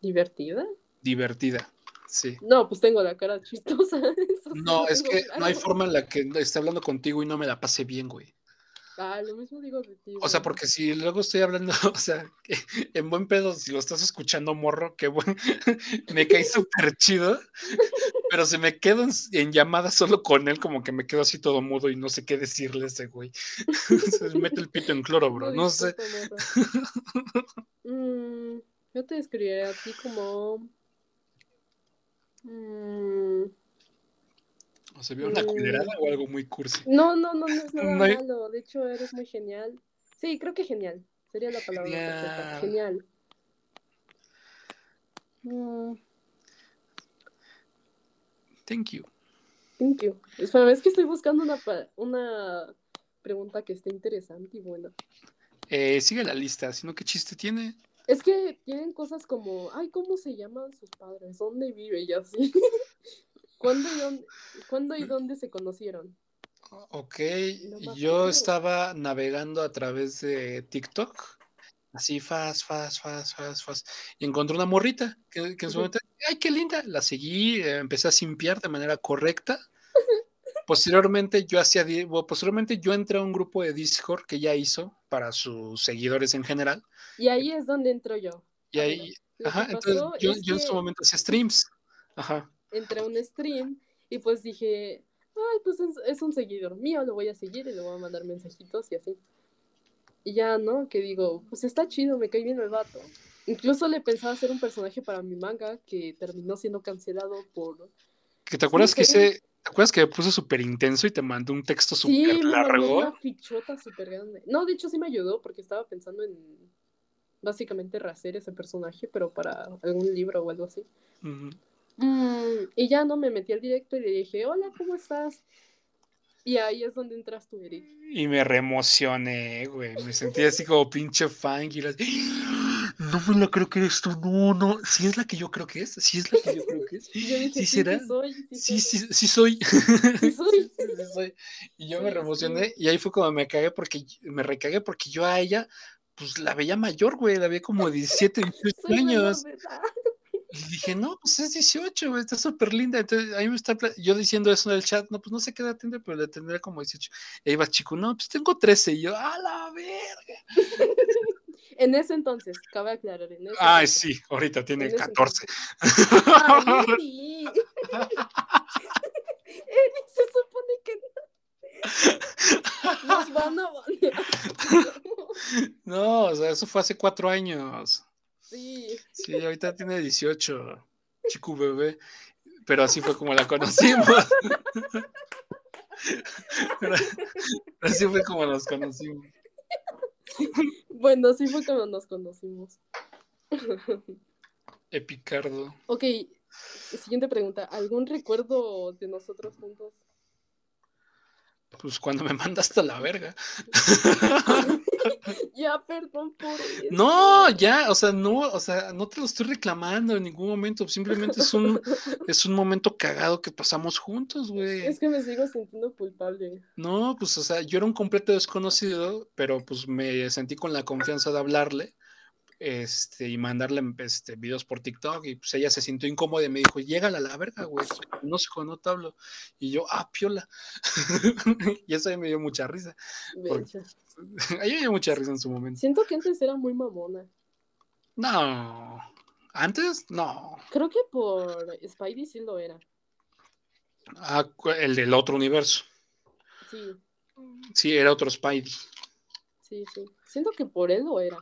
[SPEAKER 2] ¿Divertida?
[SPEAKER 1] Divertida. Sí.
[SPEAKER 2] No, pues tengo la cara chistosa. eso sí
[SPEAKER 1] No,
[SPEAKER 2] lo
[SPEAKER 1] es
[SPEAKER 2] tengo
[SPEAKER 1] que
[SPEAKER 2] claro.
[SPEAKER 1] no hay forma en la que esté hablando contigo y no me la pase bien, güey.
[SPEAKER 2] Ah, lo mismo digo de ti.
[SPEAKER 1] O sea,
[SPEAKER 2] güey.
[SPEAKER 1] porque si luego estoy hablando, o sea, que- en buen pedo, si lo estás escuchando, morro, qué bueno, me caí súper chido, pero si me quedo en, en llamada solo con él, como que me quedo así todo mudo y no sé qué decirle a ese güey. Se mete el pito en cloro, bro, no sé.
[SPEAKER 2] disculpa, morra. Mm, yo te describiría a ti como. Mm,
[SPEAKER 1] O se vio una culerada o algo muy cursi.
[SPEAKER 2] No, no, no, no es nada
[SPEAKER 1] No hay-
[SPEAKER 2] malo. De hecho, eres muy genial. Sí, creo que genial. Sería la palabra
[SPEAKER 1] Genial.
[SPEAKER 2] perfecta. Genial. Mm,
[SPEAKER 1] Thank you.
[SPEAKER 2] thank you. Espera, es que estoy buscando una, pa- una pregunta que esté interesante y buena.
[SPEAKER 1] Eh, sigue la lista, sino qué chiste tiene.
[SPEAKER 2] Es que tienen cosas como, ay, ¿cómo se llaman sus padres? ¿Dónde vive? Y así. ¿Cuándo y dónde, ¿cuándo y dónde se conocieron?
[SPEAKER 1] Ok,
[SPEAKER 2] No me acuerdo.
[SPEAKER 1] yo estaba navegando a través de TikTok, así fast, fast, fast, fast, fast, y encontré una morrita que, que en su
[SPEAKER 2] Ujú.
[SPEAKER 1] momento, ¡ay, qué linda! La seguí, eh, empecé a simpiar de manera correcta. Posteriormente yo hacía, di- bueno, posteriormente yo entré a un grupo de Discord que ella hizo para sus seguidores en general,
[SPEAKER 2] Y ahí es donde entro yo.
[SPEAKER 1] y ahí,
[SPEAKER 2] Lo
[SPEAKER 1] ajá,
[SPEAKER 2] que
[SPEAKER 1] entonces
[SPEAKER 2] pasó
[SPEAKER 1] yo,
[SPEAKER 2] es
[SPEAKER 1] yo en
[SPEAKER 2] que
[SPEAKER 1] su momento hacía streams, ajá,
[SPEAKER 2] entré a un stream y pues dije, ay, pues es, es un seguidor mío, lo voy a seguir y le voy a mandar mensajitos y así. Y ya, ¿no? Que digo, pues está chido, me cae bien el vato. Incluso le pensaba hacer un personaje para mi manga que terminó siendo cancelado por...
[SPEAKER 1] que te acuerdas
[SPEAKER 2] Sí,
[SPEAKER 1] que
[SPEAKER 2] sí.
[SPEAKER 1] ese, ¿te acuerdas que me puse súper intenso y te mandó un texto súper
[SPEAKER 2] sí, me mandó
[SPEAKER 1] largo?
[SPEAKER 2] una fichota súper grande. No, de hecho sí me ayudó porque estaba pensando en básicamente rehacer ese personaje, pero para algún libro o algo así.
[SPEAKER 1] Ujú.
[SPEAKER 2] Mm, y ya no me metí al directo y le dije, hola, ¿cómo estás? Y ahí es donde entras tú, Eric.
[SPEAKER 1] Y me reemocioné, güey. Me sentí así como pinche fan. Y las- ¡Ah! No me la creo que eres tú. No, no. Si es la que yo creo que es. Si es la que yo creo que es.
[SPEAKER 2] Y yo dije,
[SPEAKER 1] Sí,
[SPEAKER 2] sí,
[SPEAKER 1] será.
[SPEAKER 2] sí soy, sí,
[SPEAKER 1] Sí,
[SPEAKER 2] soy".
[SPEAKER 1] sí, sí soy.
[SPEAKER 2] Sí soy.
[SPEAKER 1] Sí, sí soy. Y yo
[SPEAKER 2] Soy,
[SPEAKER 1] me
[SPEAKER 2] sí.
[SPEAKER 1] reemocioné. Y ahí fue como me cagué porque me recagué porque yo a ella, pues la veía mayor, güey. La veía como 17, 18
[SPEAKER 2] Soy menor
[SPEAKER 1] años.
[SPEAKER 2] de edad.
[SPEAKER 1] Y dije, no, pues es 18, güey, está súper linda. Entonces, ahí me está pla- yo diciendo eso en el chat, no, pues no sé qué edad tendré, pero le tendré como 18. Y ahí va chico, no, pues tengo 13. Y yo, a la verga.
[SPEAKER 2] En ese entonces, cabe aclarar, en ese
[SPEAKER 1] Ay,
[SPEAKER 2] entonces.
[SPEAKER 1] sí, ahorita
[SPEAKER 2] En
[SPEAKER 1] tiene
[SPEAKER 2] ese
[SPEAKER 1] 14.
[SPEAKER 2] entonces. Ay, sí. Eric se supone que no. nos van a banear.
[SPEAKER 1] No, o sea, eso fue hace cuatro años.
[SPEAKER 2] Sí.
[SPEAKER 1] Sí, ahorita tiene 18, chico bebé. Pero así fue como la conocimos. Pero- pero así fue como nos conocimos.
[SPEAKER 2] Bueno, así fue como nos conocimos.
[SPEAKER 1] Epicardo.
[SPEAKER 2] Ok, siguiente pregunta. ¿Algún recuerdo de nosotros juntos?
[SPEAKER 1] Pues cuando me mandaste a la verga.
[SPEAKER 2] Ya, perdón por eso.
[SPEAKER 1] No, ya, o sea, no, o sea, no te lo estoy reclamando en ningún momento, simplemente es un, es un momento cagado que pasamos juntos, güey.
[SPEAKER 2] Es que me sigo sintiendo culpable.
[SPEAKER 1] No, pues, o sea, yo era un completo desconocido, pero pues me sentí con la confianza de hablarle, este, y mandarle este, videos por TikTok, y pues ella se sintió incómoda y me dijo, llégala a la verga, güey, no sé cuándo te hablo. Y yo, ah, piola. y eso a mí me dio mucha risa.
[SPEAKER 2] Bencha.
[SPEAKER 1] A mí me dio mucha risa en su momento.
[SPEAKER 2] Siento que antes era muy mamona.
[SPEAKER 1] No, antes, no.
[SPEAKER 2] Creo que por Spidey sí lo era.
[SPEAKER 1] Ah, cu- el del otro universo.
[SPEAKER 2] Sí,
[SPEAKER 1] Sí, era otro Spidey.
[SPEAKER 2] sí, sí. Siento que por él lo era.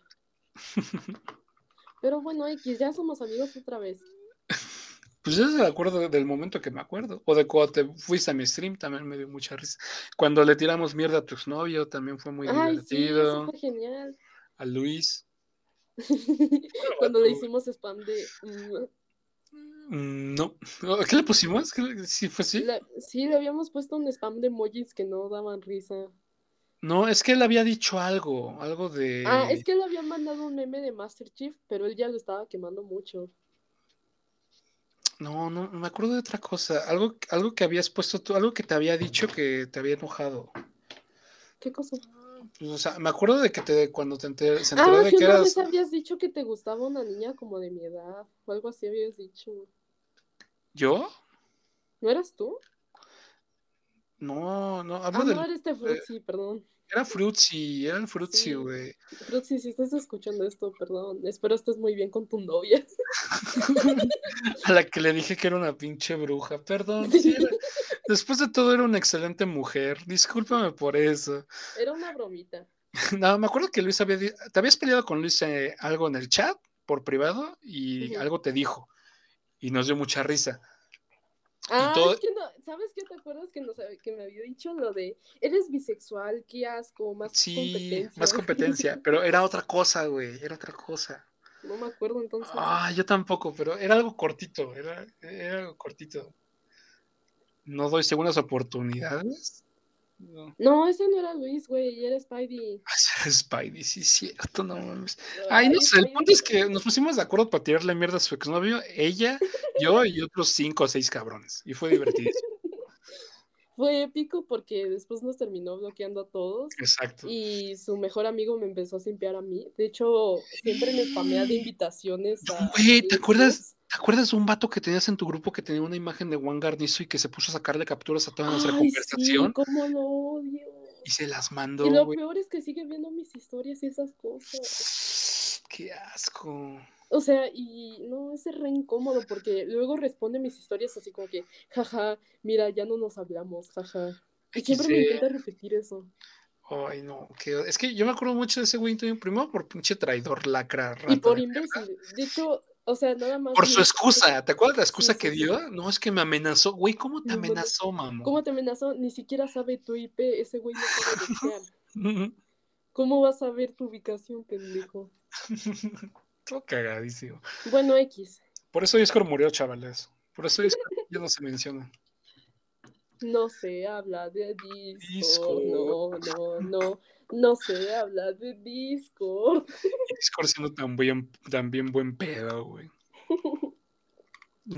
[SPEAKER 2] Pero bueno, X, ya somos amigos otra vez.
[SPEAKER 1] Pues yo me acuerdo del momento que me acuerdo. O de cuando te fuiste a mi stream también me dio mucha risa. Cuando le tiramos mierda a tu exnovio también fue muy
[SPEAKER 2] Ay, sí, eso
[SPEAKER 1] divertido.
[SPEAKER 2] fue genial.
[SPEAKER 1] A Luis.
[SPEAKER 2] Cuando le hicimos spam de. mm,
[SPEAKER 1] Mm, No. ¿Qué le pusimos? ¿Qué le- Sí, fue así.
[SPEAKER 2] le- sí, le habíamos puesto un spam de emojis que no daban risa.
[SPEAKER 1] No, es que él había dicho algo. Algo de.
[SPEAKER 2] Ah, es que le habían mandado un meme de Master Chief, pero él ya lo estaba quemando mucho.
[SPEAKER 1] No, no, me acuerdo de otra cosa. Algo, algo que habías puesto tú, algo que te había dicho que te había enojado.
[SPEAKER 2] ¿Qué cosa?
[SPEAKER 1] Pues, o sea, me acuerdo de que te, cuando te enter- se enteró
[SPEAKER 2] Ah,
[SPEAKER 1] de
[SPEAKER 2] que
[SPEAKER 1] que
[SPEAKER 2] una
[SPEAKER 1] eras.
[SPEAKER 2] vez habías dicho que te gustaba una niña como de mi edad, o algo así habías dicho.
[SPEAKER 1] ¿Yo?
[SPEAKER 2] ¿No eras tú?
[SPEAKER 1] No, no, hablo
[SPEAKER 2] Ah,
[SPEAKER 1] del. eh.
[SPEAKER 2] no, eres este Fruitsy, perdón.
[SPEAKER 1] Era Fruitsy, era el Fruitsy,
[SPEAKER 2] Sí.
[SPEAKER 1] güey.
[SPEAKER 2] Fruitsy, si estás escuchando esto, perdón. Espero estés muy bien con tu novia.
[SPEAKER 1] A la que le dije que era una pinche bruja. Perdón.
[SPEAKER 2] Sí.
[SPEAKER 1] sí era- Después de todo era una excelente mujer. Discúlpame por eso.
[SPEAKER 2] Era una bromita.
[SPEAKER 1] No, me acuerdo que Luis había... di- Te habías peleado con Luis eh, algo en el chat por privado y
[SPEAKER 2] Ujú.
[SPEAKER 1] algo te dijo. Y nos dio mucha risa.
[SPEAKER 2] Ah,
[SPEAKER 1] todo-
[SPEAKER 2] es que no, ¿sabes qué? ¿Te acuerdas que, nos, que me había dicho lo de eres bisexual, qué asco, más
[SPEAKER 1] Sí,
[SPEAKER 2] competencia?
[SPEAKER 1] más competencia. Pero era otra cosa, güey. Era otra cosa.
[SPEAKER 2] No me acuerdo entonces.
[SPEAKER 1] Ah, yo tampoco, pero era algo cortito. Era, era algo cortito. No doy segundas oportunidades. No.
[SPEAKER 2] No, ese no era Luis, güey, era Spidey.
[SPEAKER 1] Spidey, sí, es cierto, no mames. Ay, no sé, el
[SPEAKER 2] Spidey.
[SPEAKER 1] punto es que nos pusimos de acuerdo para tirarle mierda a su exnovio, ella, yo y otros cinco o seis cabrones. Y fue divertido.
[SPEAKER 2] Fue épico porque después nos terminó bloqueando a todos.
[SPEAKER 1] Exacto.
[SPEAKER 2] Y su mejor amigo me empezó a simpear a mí. De hecho, siempre me spamea de invitaciones. a-
[SPEAKER 1] Güey, ¿te
[SPEAKER 2] al
[SPEAKER 1] acuerdas?
[SPEAKER 2] Xbox.
[SPEAKER 1] ¿Te acuerdas de un vato que tenías en tu grupo que tenía una imagen de Juan Garnizo y que se puso a sacarle capturas a toda nuestra
[SPEAKER 2] Ay,
[SPEAKER 1] conversación?
[SPEAKER 2] sí, cómo lo odio.
[SPEAKER 1] Y se las mandó,
[SPEAKER 2] Y lo
[SPEAKER 1] güey.
[SPEAKER 2] peor es que sigue viendo mis historias y esas cosas.
[SPEAKER 1] Qué asco.
[SPEAKER 2] O sea, y no, es re incómodo porque luego responde mis historias así como que, jaja, mira, ya no nos hablamos, jaja. Y siempre me
[SPEAKER 1] XD.
[SPEAKER 2] intenta repetir eso.
[SPEAKER 1] Ay, no. qué- Es que yo me acuerdo mucho de ese güey, también, primero por pinche traidor, lacra,
[SPEAKER 2] Y
[SPEAKER 1] rata
[SPEAKER 2] por
[SPEAKER 1] de
[SPEAKER 2] imbécil. De hecho, o sea, nada más.
[SPEAKER 1] Por su excusa, ¿te acuerdas la excusa
[SPEAKER 2] Sí,
[SPEAKER 1] que
[SPEAKER 2] sí,
[SPEAKER 1] dio? No, es que me amenazó. Güey, ¿cómo te
[SPEAKER 2] No, no, no.
[SPEAKER 1] amenazó, mamá?
[SPEAKER 2] ¿Cómo te amenazó? Ni siquiera sabe tu IP, ese güey no sabe doxear. ¿Cómo vas a ver tu ubicación, pendejo?
[SPEAKER 1] Todo cagadísimo.
[SPEAKER 2] Bueno, X.
[SPEAKER 1] Por eso Discord murió, chavales. Por eso Discord ya no se menciona.
[SPEAKER 2] No se habla de
[SPEAKER 1] Discord.
[SPEAKER 2] Discord. No, no, no. No se habla de Discord.
[SPEAKER 1] Discord siendo tan bien, tan bien buen pedo, güey.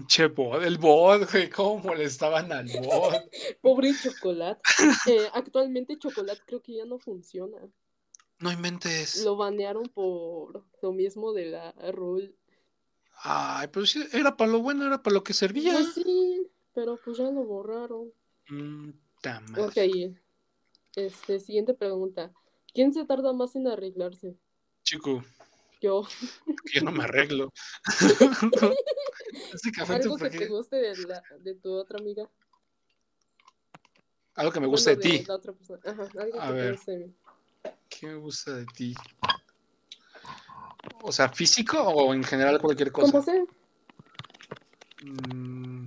[SPEAKER 1] Che, bot, el bot, güey, cómo molestaban al bot.
[SPEAKER 2] Pobre Chocolat. Eh, actualmente Chocolat creo que ya no funciona.
[SPEAKER 1] No inventes.
[SPEAKER 2] Lo banearon por lo mismo de la rule.
[SPEAKER 1] Ay, pero sí, era para lo bueno, era para lo que servía.
[SPEAKER 2] Pues sí, pero pues ya lo borraron.
[SPEAKER 1] Mm, ta madre.
[SPEAKER 2] Ok. Este, siguiente pregunta. ¿Quién se tarda más en arreglarse?
[SPEAKER 1] Chico,
[SPEAKER 2] Yo.
[SPEAKER 1] que yo no me arreglo. Básicamente
[SPEAKER 2] Algo que
[SPEAKER 1] porque...
[SPEAKER 2] te guste de, la, de tu otra amiga.
[SPEAKER 1] Algo que me gusta de
[SPEAKER 2] Bueno,
[SPEAKER 1] ti.
[SPEAKER 2] la otra persona. Ajá, algo
[SPEAKER 1] A
[SPEAKER 2] que
[SPEAKER 1] ver.
[SPEAKER 2] te guste de mí.
[SPEAKER 1] ¿Qué me gusta de ti? O sea, físico o en general cualquier
[SPEAKER 2] Como
[SPEAKER 1] cosa.
[SPEAKER 2] sea,
[SPEAKER 1] Mm.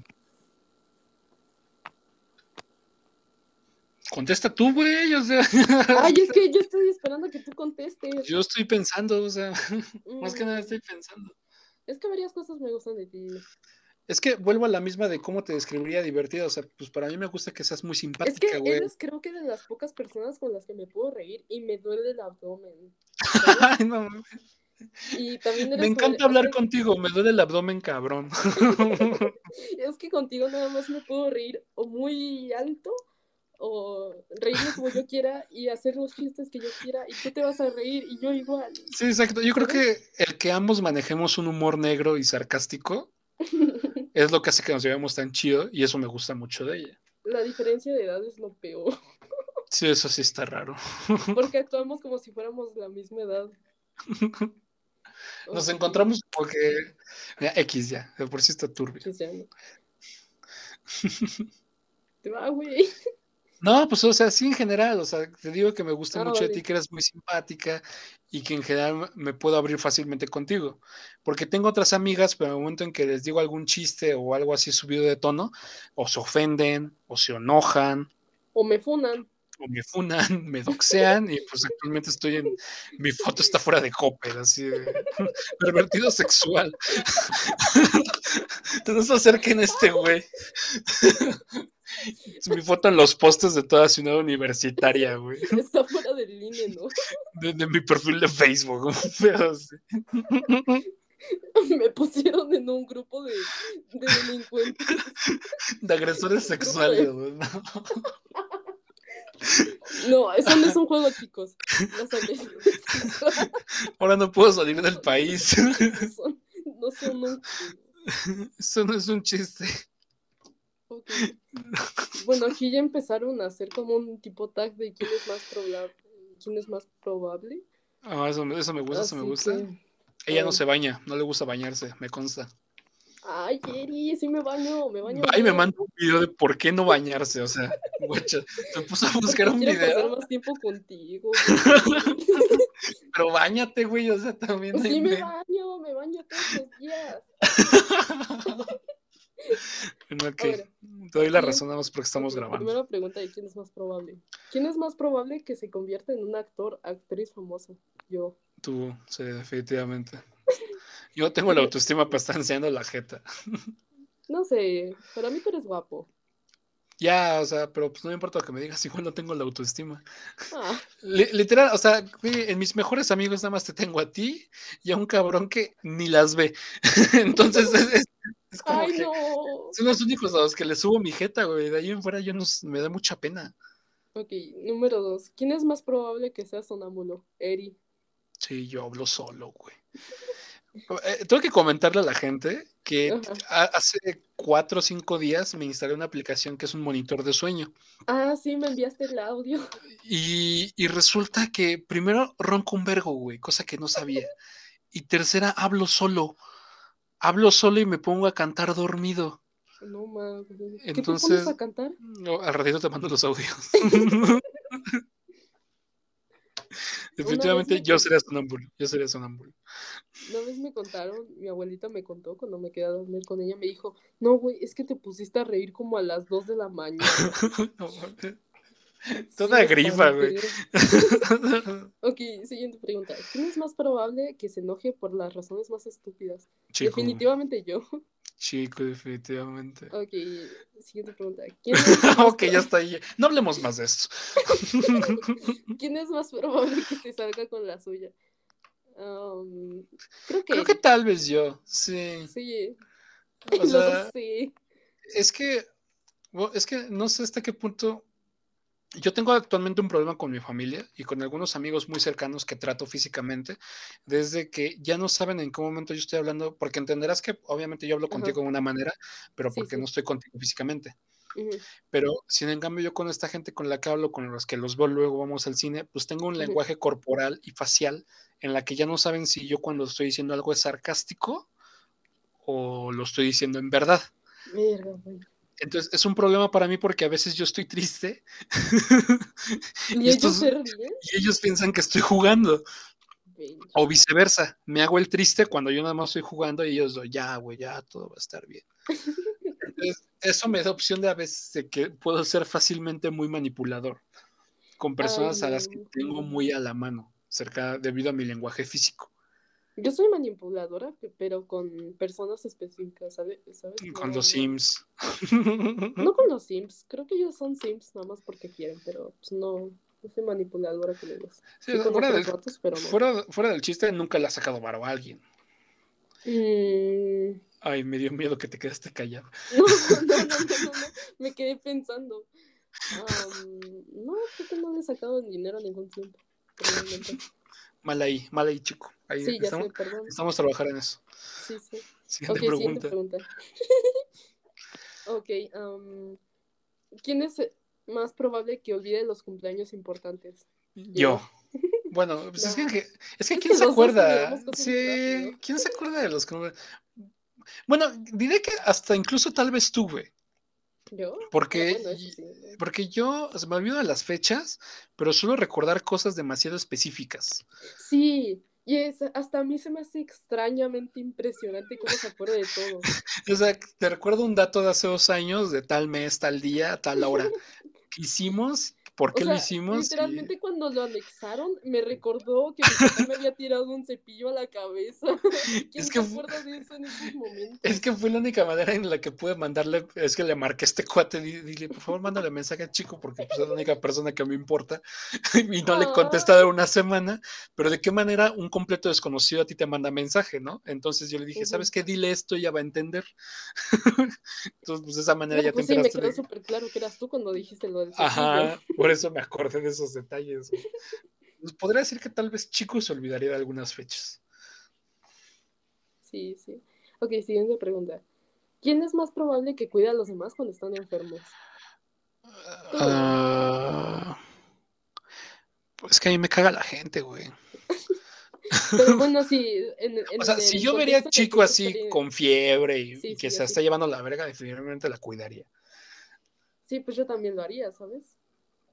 [SPEAKER 1] Contesta tú, güey. O sea,
[SPEAKER 2] Ay, es que yo estoy esperando que tú contestes.
[SPEAKER 1] yo estoy pensando, o sea, más que
[SPEAKER 2] Mm,
[SPEAKER 1] nada estoy pensando.
[SPEAKER 2] Es que varias cosas me gustan de ti.
[SPEAKER 1] Es que vuelvo a la misma de cómo te describiría divertido. O sea, pues para mí me gusta que seas muy
[SPEAKER 2] Es que
[SPEAKER 1] simpática, güey.
[SPEAKER 2] eres creo que de las pocas personas con las que me puedo reír y me duele el abdomen.
[SPEAKER 1] Ay, no, mames.
[SPEAKER 2] Y también
[SPEAKER 1] me
[SPEAKER 2] eres como de-
[SPEAKER 1] encanta
[SPEAKER 2] o
[SPEAKER 1] hablar
[SPEAKER 2] sea,
[SPEAKER 1] contigo, me duele el abdomen, cabrón.
[SPEAKER 2] Es que contigo nada más me puedo reír o muy alto o reírme como yo quiera y hacer los chistes que yo quiera y tú te vas a reír y yo igual.
[SPEAKER 1] Sí, exacto. Yo creo que el que ambos manejemos un humor negro y sarcástico es lo que hace que nos llevemos tan chido y eso me gusta mucho de ella.
[SPEAKER 2] La diferencia de edad es lo peor.
[SPEAKER 1] Sí, eso sí está raro.
[SPEAKER 2] Porque actuamos como si fuéramos la misma edad.
[SPEAKER 1] Nos
[SPEAKER 2] Ok,
[SPEAKER 1] encontramos porque... Mira, X ya, de por sí está turbio.
[SPEAKER 2] pues ya no. te va, güey.
[SPEAKER 1] No, pues o sea, sí en general, o sea, te digo que me gusta
[SPEAKER 2] Ah,
[SPEAKER 1] mucho de
[SPEAKER 2] vale.
[SPEAKER 1] ti, que eres muy simpática y que en general me puedo abrir fácilmente contigo, porque tengo otras amigas, pero en el momento en que les digo algún chiste o algo así subido de tono, o se ofenden, o se enojan,
[SPEAKER 2] O me funan.
[SPEAKER 1] o me funan, me doxean y pues actualmente estoy en, mi foto está fuera de Copper, así de pervertido sexual. No se acerquen a este güey. Es mi foto en los postes de toda ciudad universitaria, güey.
[SPEAKER 2] Está fuera del INE, ¿no?
[SPEAKER 1] De, de mi perfil de Facebook, un pedo así.
[SPEAKER 2] Me pusieron en un grupo de, de delincuentes.
[SPEAKER 1] De agresores sexuales, güey. ¿no?
[SPEAKER 2] No, eso no es un juego, chicos. Las agresiones sexuales
[SPEAKER 1] Ahora no puedo salir del país.
[SPEAKER 2] no son, no son un
[SPEAKER 1] Eso no es un chiste.
[SPEAKER 2] Ok. Bueno, aquí ya empezaron a hacer como un tipo tag de quién es más probable. ¿Quién es más probable?
[SPEAKER 1] Ah, eso, me- eso me gusta, eso me
[SPEAKER 2] Así
[SPEAKER 1] gusta.
[SPEAKER 2] que-
[SPEAKER 1] Ella no se baña, no le gusta bañarse, me consta.
[SPEAKER 2] Ay, Jerry, sí me baño, me baño.
[SPEAKER 1] Va y me
[SPEAKER 2] bien.
[SPEAKER 1] manda un video de por qué no bañarse, o sea, guacha, me puso a
[SPEAKER 2] Porque
[SPEAKER 1] buscar un
[SPEAKER 2] quiero pasar
[SPEAKER 1] video,
[SPEAKER 2] más tiempo contigo.
[SPEAKER 1] pero bañate, güey, o sea, también.
[SPEAKER 2] güey.
[SPEAKER 1] hay
[SPEAKER 2] Sí me
[SPEAKER 1] men-
[SPEAKER 2] baño, me baño todos los días.
[SPEAKER 1] Bueno, ok,
[SPEAKER 2] Ahora,
[SPEAKER 1] te doy la
[SPEAKER 2] sí.
[SPEAKER 1] razón nada más porque estamos
[SPEAKER 2] Ok,
[SPEAKER 1] grabando.
[SPEAKER 2] Primera pregunta de quién es más probable. ¿Quién es más probable que se convierta en un actor, actriz famosa? Yo.
[SPEAKER 1] Tú, sí, definitivamente. Yo no tengo la autoestima para estar enseñando la jeta.
[SPEAKER 2] No sé, para mí tú eres guapo.
[SPEAKER 1] Ya, o sea, pero pues no me importa lo que me digas, igual no tengo la autoestima.
[SPEAKER 2] Ah,
[SPEAKER 1] Li- literal, o sea, güey, en mis mejores amigos nada más te tengo a ti y a un cabrón que ni las ve. Entonces es, es- es como
[SPEAKER 2] ay,
[SPEAKER 1] que...
[SPEAKER 2] no.
[SPEAKER 1] Son los únicos a los que le subo mi jeta, güey. De ahí en fuera yo no, s- me da mucha pena.
[SPEAKER 2] Ok, número dos. ¿Quién es más probable que sea sonámbulo? Eri.
[SPEAKER 1] Sí, yo hablo solo, güey. Eh, tengo que comentarle a la gente que
[SPEAKER 2] Ajá.
[SPEAKER 1] ha- hace cuatro o cinco días me instalé una aplicación que es un monitor de sueño.
[SPEAKER 2] Ah, sí, me enviaste el audio.
[SPEAKER 1] Y, y resulta que primero ronco un vergo, güey, cosa que no sabía. Y tercera, hablo solo. Hablo solo y me pongo a cantar dormido.
[SPEAKER 2] No mames. ¿Qué te
[SPEAKER 1] Entonces-
[SPEAKER 2] pones a cantar?
[SPEAKER 1] No, al ratito te mando los audios. Definitivamente
[SPEAKER 2] me
[SPEAKER 1] yo
[SPEAKER 2] con-
[SPEAKER 1] sería sonámbulo. Yo sería sonámbulo.
[SPEAKER 2] Una vez me contaron, mi abuelita me contó cuando me quedé a dormir con ella, me dijo, no, güey, es que te pusiste a reír como a las 2 de la mañana.
[SPEAKER 1] No mames.
[SPEAKER 2] Sí,
[SPEAKER 1] Toda
[SPEAKER 2] me
[SPEAKER 1] grifa, güey.
[SPEAKER 2] espanté. Ok, siguiente pregunta. ¿Quién es más probable que se enoje por las razones más estúpidas?
[SPEAKER 1] Chico,
[SPEAKER 2] Definitivamente yo.
[SPEAKER 1] chico, definitivamente.
[SPEAKER 2] Ok, siguiente pregunta. ¿Quién es, más
[SPEAKER 1] ok, ya
[SPEAKER 2] pro-
[SPEAKER 1] está ahí. No hablemos más de esto.
[SPEAKER 2] quién es más probable que se salga con la suya? Um, creo que...
[SPEAKER 1] Creo que tal vez yo, sí.
[SPEAKER 2] Sí,
[SPEAKER 1] O
[SPEAKER 2] los
[SPEAKER 1] sea,
[SPEAKER 2] dos sí.
[SPEAKER 1] es que, bueno, es que no sé hasta qué punto. Yo tengo actualmente un problema con mi familia y con algunos amigos muy cercanos que trato físicamente, desde que ya no saben en qué momento yo estoy hablando, porque entenderás que obviamente yo hablo
[SPEAKER 2] Ajá.
[SPEAKER 1] contigo de una manera, pero
[SPEAKER 2] Sí,
[SPEAKER 1] porque
[SPEAKER 2] sí.
[SPEAKER 1] no estoy contigo físicamente.
[SPEAKER 2] Ujú.
[SPEAKER 1] Pero sin en cambio yo con esta gente con la que hablo, con los que los veo luego vamos al cine, pues tengo un
[SPEAKER 2] Ujú.
[SPEAKER 1] lenguaje corporal y facial en la que ya no saben si yo cuando estoy diciendo algo es sarcástico o lo estoy diciendo en verdad.
[SPEAKER 2] Verga, güey.
[SPEAKER 1] Entonces es un problema para mí porque a veces yo estoy triste
[SPEAKER 2] ¿Y
[SPEAKER 1] Y
[SPEAKER 2] ellos
[SPEAKER 1] estos-
[SPEAKER 2] se ríen?
[SPEAKER 1] y ellos piensan que estoy jugando
[SPEAKER 2] Ven.
[SPEAKER 1] o viceversa. Me hago el triste cuando yo nada más estoy jugando y ellos, ya, güey, ya todo va a estar bien. Entonces, eso me da opción de a veces de que puedo ser fácilmente muy manipulador con personas a las que
[SPEAKER 2] no.
[SPEAKER 1] tengo muy a la mano, cerca debido a mi lenguaje físico.
[SPEAKER 2] Yo soy manipuladora, pe- pero con personas específicas, ¿sabe- ¿sabes? No,
[SPEAKER 1] Con
[SPEAKER 2] no.
[SPEAKER 1] los Sims.
[SPEAKER 2] No con los Sims, creo que ellos son Sims nada más porque quieren, pero pues no, no soy manipuladora con ellos.
[SPEAKER 1] Sí,
[SPEAKER 2] Sí, con
[SPEAKER 1] fuera,
[SPEAKER 2] otros
[SPEAKER 1] del,
[SPEAKER 2] vatos, pero no.
[SPEAKER 1] fuera- fuera del chiste, nunca le ha sacado varo a alguien.
[SPEAKER 2] Mm,
[SPEAKER 1] Ay, me dio miedo que te quedaste callado.
[SPEAKER 2] No, no, no, no, no, no, me quedé pensando. Am, no, creo que no le he sacado dinero a ningún Sim. probablemente.
[SPEAKER 1] Mal ahí, mal ahí, chico. Ahí
[SPEAKER 2] Sí, ya
[SPEAKER 1] estamos,
[SPEAKER 2] sé, perdón.
[SPEAKER 1] estamos trabajando en eso.
[SPEAKER 2] Sí, sí.
[SPEAKER 1] Siguiente
[SPEAKER 2] Ok,
[SPEAKER 1] pregunta.
[SPEAKER 2] siguiente pregunta. ok, am, ¿quién es más probable que olvide los cumpleaños importantes?
[SPEAKER 1] Yo. Bueno, pues es que,
[SPEAKER 2] No.
[SPEAKER 1] que- es que
[SPEAKER 2] Es
[SPEAKER 1] ¿quién
[SPEAKER 2] que
[SPEAKER 1] se
[SPEAKER 2] los dos
[SPEAKER 1] acuerda?
[SPEAKER 2] olvidamos cosas muy
[SPEAKER 1] Sí,
[SPEAKER 2] rápido.
[SPEAKER 1] ¿quién se acuerda de los que- Bueno, diré que hasta incluso tal vez tú, güey.
[SPEAKER 2] ¿Yo?
[SPEAKER 1] Porque,
[SPEAKER 2] Ah, bueno, eso sí.
[SPEAKER 1] porque yo se me olvido de las fechas, pero suelo recordar cosas demasiado específicas.
[SPEAKER 2] Sí, y es, hasta a mí se me hace extrañamente impresionante cómo se acuerda de todo.
[SPEAKER 1] O sea, te recuerdo un dato de hace dos años, de tal mes, tal día, tal hora. ¿Qué hicimos? ¿Por
[SPEAKER 2] O
[SPEAKER 1] qué
[SPEAKER 2] sea,
[SPEAKER 1] lo hicimos? Y-
[SPEAKER 2] Literalmente cuando lo anexaron me recordó que mi papá me había tirado un cepillo a la cabeza. ¿Quién
[SPEAKER 1] Es
[SPEAKER 2] es
[SPEAKER 1] que-
[SPEAKER 2] que... se acuerda de eso en esos momentos?
[SPEAKER 1] Es que fue la única manera en la que pude mandarle, es que le marqué a este cuate, di- dile, por favor, mándale mensaje al chico, porque pues, es la única persona que me importa, y no le contesta de una semana, pero de qué manera un completo desconocido a ti te manda mensaje, ¿no? Entonces yo le dije,
[SPEAKER 2] Ujú.
[SPEAKER 1] ¿sabes qué? Dile esto, ella va a entender. Entonces, pues de esa manera
[SPEAKER 2] No,
[SPEAKER 1] ya
[SPEAKER 2] pues
[SPEAKER 1] te
[SPEAKER 2] sí, me
[SPEAKER 1] enteraste.
[SPEAKER 2] quedó
[SPEAKER 1] de-
[SPEAKER 2] súper claro que eras tú cuando dijiste lo del cepillo.
[SPEAKER 1] Ajá, por eso me acordé de esos detalles. güey. Pues, Podría decir que tal vez chico se olvidaría de algunas fechas.
[SPEAKER 2] Sí, sí. Ok, siguiente pregunta. ¿Quién es más probable que cuide a los demás cuando están enfermos? Tú.
[SPEAKER 1] Ah, pues que a mí me caga la gente, güey.
[SPEAKER 2] Pero bueno, sí, en, en
[SPEAKER 1] O sea,
[SPEAKER 2] el
[SPEAKER 1] si yo vería
[SPEAKER 2] contexto de
[SPEAKER 1] chico
[SPEAKER 2] que
[SPEAKER 1] así
[SPEAKER 2] estaría-
[SPEAKER 1] con fiebre y,
[SPEAKER 2] Sí,
[SPEAKER 1] y que
[SPEAKER 2] sí,
[SPEAKER 1] se
[SPEAKER 2] así.
[SPEAKER 1] está llevando la verga, definitivamente la cuidaría.
[SPEAKER 2] Sí, pues yo también lo haría, ¿sabes?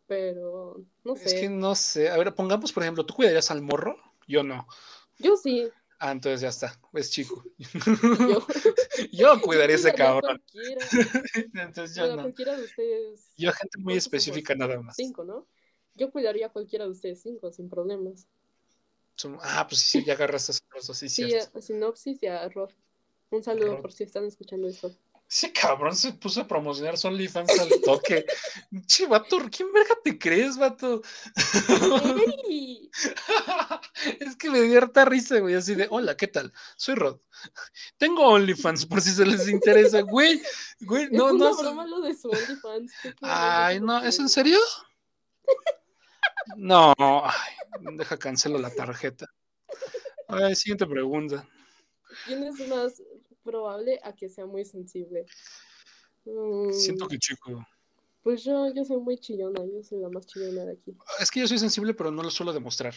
[SPEAKER 2] Pero, no sé.
[SPEAKER 1] Es que no sé. A ver, pongamos, por ejemplo, ¿tú cuidarías al morro? Yo no.
[SPEAKER 2] Yo sí.
[SPEAKER 1] Ah, entonces ya está. Es chico.
[SPEAKER 2] Yo,
[SPEAKER 1] Yo cuidaría a ese
[SPEAKER 2] Yo
[SPEAKER 1] cabrón.
[SPEAKER 2] Cualquiera,
[SPEAKER 1] Entonces yo
[SPEAKER 2] Bueno,
[SPEAKER 1] no.
[SPEAKER 2] cualquiera de ustedes.
[SPEAKER 1] Yo, gente muy
[SPEAKER 2] ¿Cuántos somos?
[SPEAKER 1] específica, nada más.
[SPEAKER 2] Cinco, ¿no? Yo cuidaría a cualquiera de ustedes cinco sin problemas.
[SPEAKER 1] Son- Ah, pues sí, sí, ya agarraste a esos dos, sí,
[SPEAKER 2] Sí,
[SPEAKER 1] cierto.
[SPEAKER 2] a Sinopsis y a Rob. Un saludo
[SPEAKER 1] Rob.
[SPEAKER 2] por si están escuchando esto.
[SPEAKER 1] Ese cabrón se puso a promocionar su OnlyFans al toque. che, vato, ¿quién verga te crees, vato?
[SPEAKER 2] ¡Ey!
[SPEAKER 1] Es que me dio harta risa, güey, así de, hola, ¿qué tal? Soy Rod. Tengo OnlyFans por si se les interesa, güey. Güey, no,
[SPEAKER 2] es una
[SPEAKER 1] no. es-
[SPEAKER 2] broma lo de su OnlyFans. qué cabrón,
[SPEAKER 1] Ay,
[SPEAKER 2] qué
[SPEAKER 1] no, ¿es en
[SPEAKER 2] locura.
[SPEAKER 1] serio? No, ay, deja cancelo la tarjeta. Ay, siguiente pregunta.
[SPEAKER 2] ¿Quién es más probable a que sea muy sensible? Mm,
[SPEAKER 1] Siento que chico.
[SPEAKER 2] Pues yo, yo soy muy chillona, yo soy la más chillona de aquí.
[SPEAKER 1] Es que yo soy sensible, pero no lo suelo demostrar.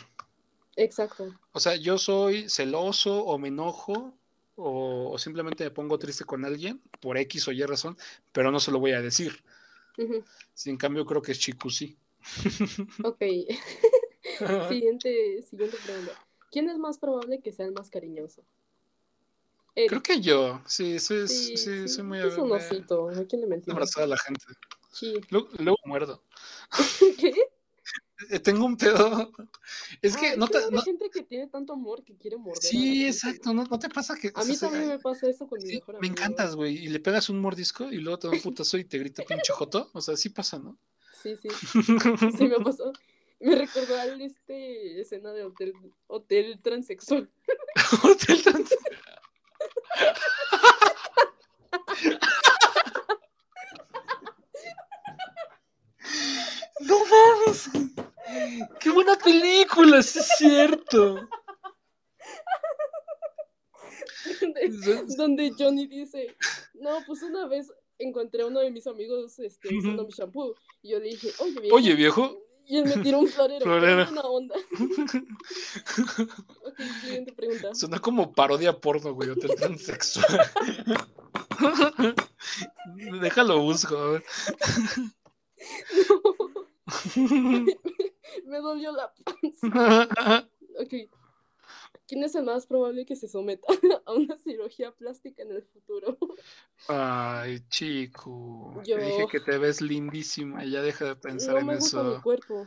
[SPEAKER 2] Exacto.
[SPEAKER 1] O sea, yo soy celoso o me enojo o, o simplemente me pongo triste con alguien por X o Y razón, pero no se lo voy a decir.
[SPEAKER 2] Ujú.
[SPEAKER 1] Si en cambio creo que es chico, sí.
[SPEAKER 2] Ok, siguiente, siguiente pregunta. ¿Quién es más probable que sea el más cariñoso? Eric.
[SPEAKER 1] Creo que yo, sí, soy,
[SPEAKER 2] Sí,
[SPEAKER 1] sí,
[SPEAKER 2] sí,
[SPEAKER 1] soy muy
[SPEAKER 2] es un
[SPEAKER 1] me-
[SPEAKER 2] osito, ¿a quién le
[SPEAKER 1] me
[SPEAKER 2] mentimos?
[SPEAKER 1] abrazada a la gente.
[SPEAKER 2] Sí.
[SPEAKER 1] Luego, luego muerdo.
[SPEAKER 2] ¿Qué?
[SPEAKER 1] Eh, Tengo un pedo. Es que
[SPEAKER 2] Ah,
[SPEAKER 1] no te.
[SPEAKER 2] luego hay
[SPEAKER 1] no-
[SPEAKER 2] gente que tiene tanto amor que quiere morder. a la
[SPEAKER 1] sí,
[SPEAKER 2] gente,
[SPEAKER 1] exacto. No, no te pasa que.
[SPEAKER 2] ¿no? A mí
[SPEAKER 1] o sea,
[SPEAKER 2] también me pasa eso con mi
[SPEAKER 1] sí,
[SPEAKER 2] mejor
[SPEAKER 1] me
[SPEAKER 2] amigo.
[SPEAKER 1] encantas, güey. Y le pegas un mordisco y luego te da un putazo y te grita pinche joto. O sea, sí pasa, ¿no?
[SPEAKER 2] Sí, sí, sí me pasó. Me recordó a este escena de hotel, hotel transexual.
[SPEAKER 1] Hotel Trans- No mames. Qué buena película, sí es cierto.
[SPEAKER 2] donde- donde Johnny dice, no, pues una vez encontré a uno de mis amigos este, usando
[SPEAKER 1] Ujú.
[SPEAKER 2] mi shampoo y yo le dije, oye, viejo",
[SPEAKER 1] Oye, viejo.
[SPEAKER 2] y él me tiró un florero,
[SPEAKER 1] Florero.
[SPEAKER 2] era una onda. Ok, siguiente pregunta.
[SPEAKER 1] Suena como parodia porno, güey. Hotel transexual. Déjalo busco. a ver.
[SPEAKER 2] me dolió la panza. Ok. ¿Quién es el más probable que se someta a una cirugía plástica en el futuro?
[SPEAKER 1] Ay, chico.
[SPEAKER 2] Yo-
[SPEAKER 1] Te dije que te ves lindísima. Ya deja de pensar
[SPEAKER 2] no
[SPEAKER 1] en
[SPEAKER 2] me gusta mi
[SPEAKER 1] eso.
[SPEAKER 2] cuerpo.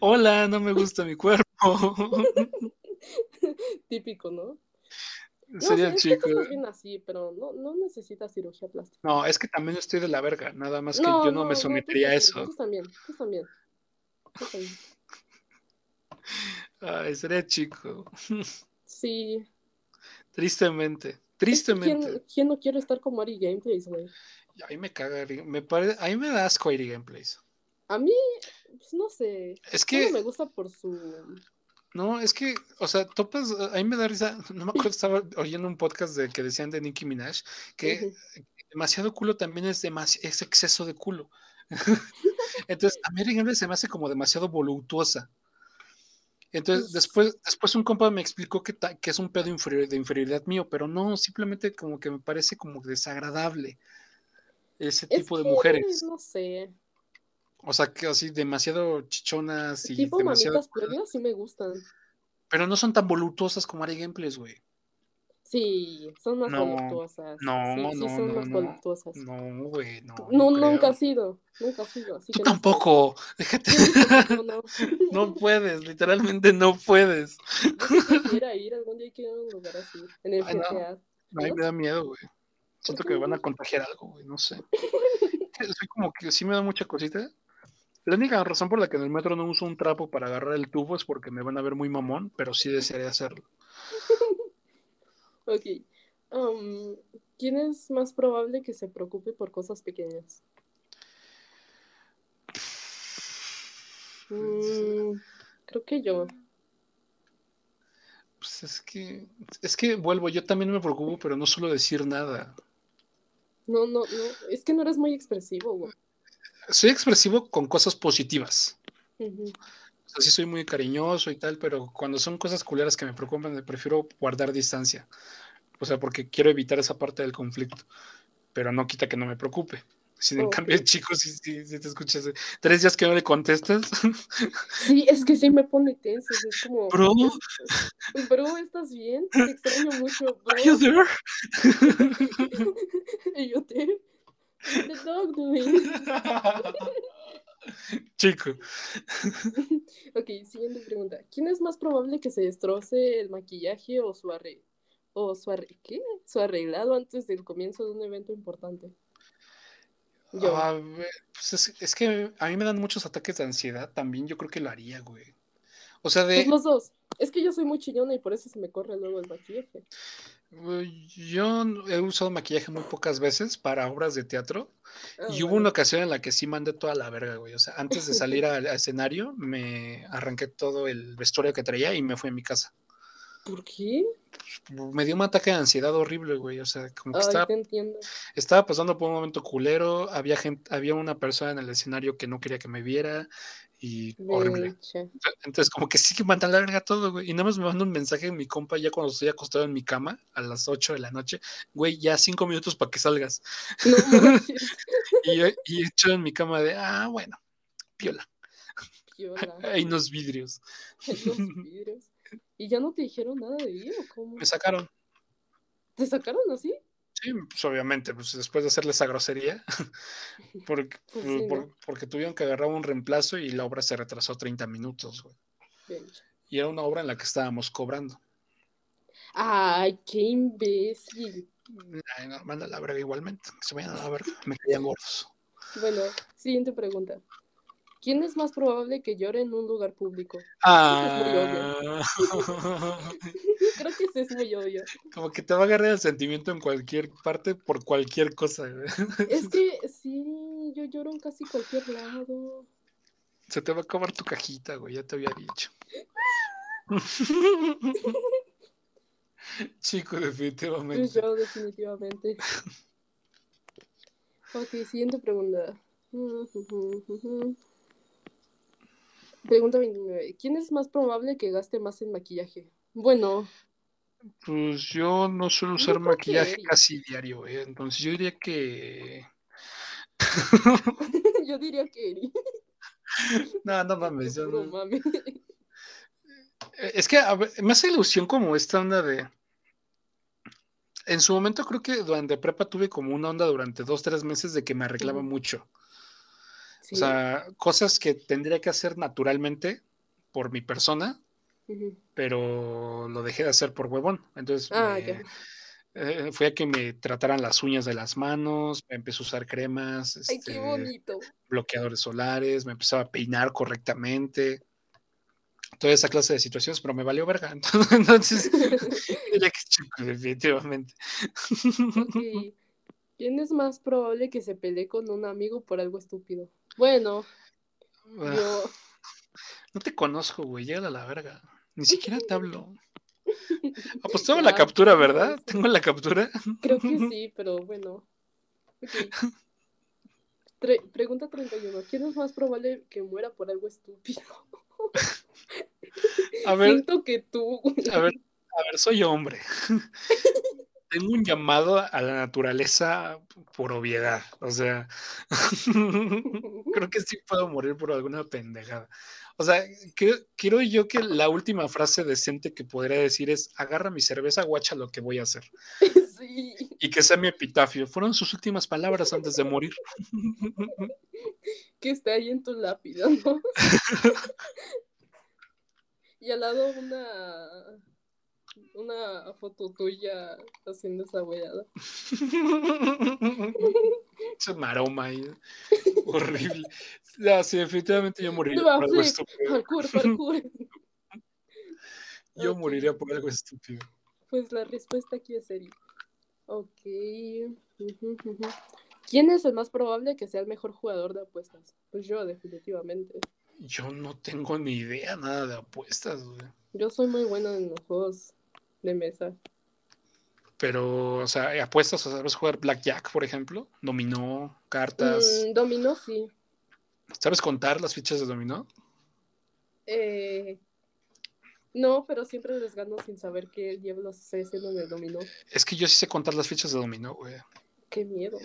[SPEAKER 1] Hola, no me gusta mi cuerpo.
[SPEAKER 2] Típico, ¿no?
[SPEAKER 1] Sería
[SPEAKER 2] no, sí, es que
[SPEAKER 1] chico.
[SPEAKER 2] tú estás bien así, pero no, no necesitas cirugía plástica.
[SPEAKER 1] No, es que también estoy de la verga. Nada más que yo no, me
[SPEAKER 2] tú
[SPEAKER 1] sometería a
[SPEAKER 2] estás bien,
[SPEAKER 1] eso.
[SPEAKER 2] Tú también, tú también. tú también.
[SPEAKER 1] Ay, sería Ah, chico.
[SPEAKER 2] Sí.
[SPEAKER 1] Tristemente.
[SPEAKER 2] Es que
[SPEAKER 1] Tristemente.
[SPEAKER 2] ¿Quién, quién no quiere estar como Ari Gameplays, güey?
[SPEAKER 1] A mí me caga. Ari- Me pare- A mí me da asco Ari Gameplays.
[SPEAKER 2] A mí, pues, no sé.
[SPEAKER 1] Es
[SPEAKER 2] Solo me
[SPEAKER 1] que,
[SPEAKER 2] gusta por su.
[SPEAKER 1] no, es que, o sea, topas, a mí me da risa, no me acuerdo, estaba oyendo un podcast de, que decían de Nicki Minaj, que
[SPEAKER 2] Ujú.
[SPEAKER 1] demasiado culo también es, demasi- es exceso de culo. Entonces, a mí Ari Gameplay se me hace como demasiado voluptuosa. Entonces,
[SPEAKER 2] Pues-
[SPEAKER 1] después, después un compa me explicó que, ta- que es un pedo inferior, de inferioridad mío, pero no, simplemente como que me parece como desagradable. ese
[SPEAKER 2] Es
[SPEAKER 1] tipo de
[SPEAKER 2] que,
[SPEAKER 1] mujeres.
[SPEAKER 2] No sé.
[SPEAKER 1] O sea, que así demasiado chichonas y
[SPEAKER 2] tipo
[SPEAKER 1] demasiado.
[SPEAKER 2] mamitas plebias sí me gustan.
[SPEAKER 1] Pero no son tan voluptuosas como Ari Gameplays, güey.
[SPEAKER 2] Sí, son más
[SPEAKER 1] No,
[SPEAKER 2] voluptuosas.
[SPEAKER 1] no,
[SPEAKER 2] sí, sí
[SPEAKER 1] no,
[SPEAKER 2] son
[SPEAKER 1] no,
[SPEAKER 2] más
[SPEAKER 1] no.
[SPEAKER 2] voluptuosas.
[SPEAKER 1] No, güey, no.
[SPEAKER 2] No,
[SPEAKER 1] no creo.
[SPEAKER 2] nunca ha sido. Nunca ha sido. Así
[SPEAKER 1] Tú
[SPEAKER 2] que no sé.
[SPEAKER 1] tampoco. Déjate.
[SPEAKER 2] ¿Quién dijo que No, no.
[SPEAKER 1] No puedes, literalmente no puedes.
[SPEAKER 2] Yo sí quisiera ir algún día quiero ir a un lugar así. En el
[SPEAKER 1] Ay, no.
[SPEAKER 2] GTA.
[SPEAKER 1] Ay, me da miedo, güey. Siento que me van a contagiar algo, güey, no sé. Soy como que sí me da mucha cosita. La única razón por la que en el metro no uso un trapo para agarrar el tubo es porque me van a ver muy mamón, pero sí desearía hacerlo.
[SPEAKER 2] Ok. Um, ¿Quién es más probable que se preocupe por cosas pequeñas? Mm, creo que yo.
[SPEAKER 1] Pues es que, es que vuelvo, yo también me preocupo, pero no suelo decir nada.
[SPEAKER 2] No, no, no. Es que no eres muy expresivo, güey.
[SPEAKER 1] Soy expresivo con cosas positivas.
[SPEAKER 2] Ujú.
[SPEAKER 1] O sea, sí soy muy cariñoso y tal, pero cuando son cosas culeras que me preocupan, prefiero guardar distancia. O sea, porque quiero evitar esa parte del conflicto, pero no quita que no me preocupe. Sin en
[SPEAKER 2] Ok.
[SPEAKER 1] cambio, chicos, si, si- si te escuchas eh, tres días que no le contestas,
[SPEAKER 2] Sí, es que sí me pone tenso. Es como.
[SPEAKER 1] bro,
[SPEAKER 2] Bro, ¿estás bien? Te extraño mucho, bro.
[SPEAKER 1] are you there?
[SPEAKER 2] Y yo te. what the dog doing?
[SPEAKER 1] Chico,
[SPEAKER 2] Ok, siguiente pregunta. ¿Quién es más probable que se destroce el maquillaje o su arre- o su arre- ¿qué? Su arreglado antes del comienzo de un evento importante? Yo.
[SPEAKER 1] a ver, pues es, es que a mí me dan muchos ataques de ansiedad, también yo creo que lo haría, güey. O sea, de...
[SPEAKER 2] Pues los dos. Es que yo soy muy chillona y por eso se me corre luego el maquillaje.
[SPEAKER 1] Eh, Yo he usado maquillaje muy pocas veces para obras de teatro
[SPEAKER 2] Ah,
[SPEAKER 1] y hubo
[SPEAKER 2] bueno.
[SPEAKER 1] una ocasión en la que sí mandé toda la verga, güey. O sea, antes de salir al al escenario me arranqué todo el vestuario que traía y me fui a mi casa.
[SPEAKER 2] ¿Por qué?
[SPEAKER 1] Me dio un ataque de ansiedad horrible, güey. O sea, como que
[SPEAKER 2] Ay,
[SPEAKER 1] estaba,
[SPEAKER 2] te entiendo.
[SPEAKER 1] estaba pasando por un momento culero, había gente, había una persona en el escenario que no quería que me viera y horrible.
[SPEAKER 2] Derecha.
[SPEAKER 1] Entonces, como que sí que mandan la verga todo, güey. Y nada más me manda un mensaje en mi compa ya cuando estoy acostado en mi cama a las 8 de la noche, güey, ya cinco minutos para que salgas.
[SPEAKER 2] No manches.
[SPEAKER 1] Y, yo- y hecho en mi cama de, ah, bueno, piola,
[SPEAKER 2] Piola.
[SPEAKER 1] hay unos vidrios.
[SPEAKER 2] Los vidrios. ¿Y ya no te dijeron nada de ir o cómo?
[SPEAKER 1] Me sacaron.
[SPEAKER 2] ¿Te sacaron así?
[SPEAKER 1] Sí, pues obviamente, pues después de hacerle esa grosería, porque,
[SPEAKER 2] Pues sí, ¿no?
[SPEAKER 1] por- porque tuvieron que agarrar un reemplazo y la obra se retrasó 30 minutos, güey.
[SPEAKER 2] Bien.
[SPEAKER 1] Y era una obra en la que estábamos cobrando.
[SPEAKER 2] Ay, qué imbécil.
[SPEAKER 1] Ay, no, manda la verga igualmente, que se vayan a la verga, me caían gordos.
[SPEAKER 2] Bueno, siguiente pregunta. ¿Quién es más probable que llore en un lugar público?
[SPEAKER 1] Ah,
[SPEAKER 2] Creo que eso es muy obvio.
[SPEAKER 1] como que te va a agarrar el sentimiento en cualquier parte por cualquier cosa. güey.
[SPEAKER 2] Es que sí, yo lloro en casi cualquier lado.
[SPEAKER 1] Se te va a acabar tu cajita, güey, ya te había dicho. Chico,
[SPEAKER 2] Pues Yo
[SPEAKER 1] definitivamente.
[SPEAKER 2] lloro definitivamente. Ok, siguiente pregunta. Pregunta 29. ¿Quién es más probable que gaste más en maquillaje? Bueno,
[SPEAKER 1] Pues yo no suelo
[SPEAKER 2] Yo
[SPEAKER 1] usar
[SPEAKER 2] creo que
[SPEAKER 1] maquillaje
[SPEAKER 2] Eri.
[SPEAKER 1] casi diario, güey, entonces yo diría que...
[SPEAKER 2] yo diría que Eri.
[SPEAKER 1] No, no mames, Pues yo
[SPEAKER 2] Puro
[SPEAKER 1] no-
[SPEAKER 2] mame.
[SPEAKER 1] Eh, Es que a ver, me hace ilusión como esta onda de... En su momento creo que durante prepa tuve como una onda durante dos, tres meses de que me arreglaba
[SPEAKER 2] Ujú.
[SPEAKER 1] mucho.
[SPEAKER 2] Sí.
[SPEAKER 1] O sea, cosas que tendría que hacer naturalmente por mi persona,
[SPEAKER 2] Ujú.
[SPEAKER 1] pero lo dejé de hacer por huevón. Entonces
[SPEAKER 2] Ah,
[SPEAKER 1] me-
[SPEAKER 2] ya.
[SPEAKER 1] eh, fue a que me trataran las uñas de las manos, me empecé a usar cremas,
[SPEAKER 2] Ay, qué
[SPEAKER 1] este,
[SPEAKER 2] bonito.
[SPEAKER 1] bloqueadores solares, me empezaba a peinar correctamente, toda esa clase de situaciones, pero me valió verga. Entonces, diría que chico, definitivamente.
[SPEAKER 2] Ok. ¿Quién es más probable que se pelee con un amigo por algo estúpido? Bueno,
[SPEAKER 1] Ah,
[SPEAKER 2] yo.
[SPEAKER 1] No te conozco, güey, llega a la verga. Ni siquiera te hablo. Ah, pues tengo
[SPEAKER 2] Ya, pues.
[SPEAKER 1] la captura, ¿verdad?
[SPEAKER 2] entonces,
[SPEAKER 1] Tengo la captura.
[SPEAKER 2] Creo que sí, pero bueno. Ok. Tre- pregunta 31. ¿Quién es más probable que muera por algo estúpido?
[SPEAKER 1] A ver,
[SPEAKER 2] Siento que tú.
[SPEAKER 1] a ver, a ver, soy hombre. tengo un llamado a la naturaleza por obviedad. O sea, creo que sí puedo morir por alguna pendejada. O sea, que- quiero yo que la última frase decente que podría decir es, agarra mi cerveza, guacha lo que voy a hacer.
[SPEAKER 2] Sí.
[SPEAKER 1] Y que sea mi epitafio. Fueron sus últimas palabras antes de morir.
[SPEAKER 2] que esté ahí en tu lápida, ¿no? y al lado una una foto tuya haciendo esa weada.
[SPEAKER 1] Ese maroma ahí. Horrible. No, sí, definitivamente yo moriría
[SPEAKER 2] No,
[SPEAKER 1] por algo
[SPEAKER 2] flip.
[SPEAKER 1] estúpido.
[SPEAKER 2] Parkour, parkour.
[SPEAKER 1] Yo
[SPEAKER 2] Ok.
[SPEAKER 1] moriría por algo estúpido.
[SPEAKER 2] Pues la respuesta aquí es Eri. Ok. Ujú, ujú. ¿Quién es el más probable que sea el mejor jugador de apuestas? Pues yo, definitivamente.
[SPEAKER 1] Yo no tengo ni idea nada de apuestas, güey.
[SPEAKER 2] Yo soy muy buena en los juegos de mesa.
[SPEAKER 1] Pero, o sea, apuestas, o sea, sabes jugar blackjack, por ejemplo, dominó, cartas,
[SPEAKER 2] Mm, dominó, sí.
[SPEAKER 1] ¿sabes contar las fichas de dominó?
[SPEAKER 2] Eh, no, pero siempre les gano sin saber qué diablos estoy haciendo en el dominó.
[SPEAKER 1] Es que yo sí sé contar las fichas de dominó, güey.
[SPEAKER 2] Qué miedo.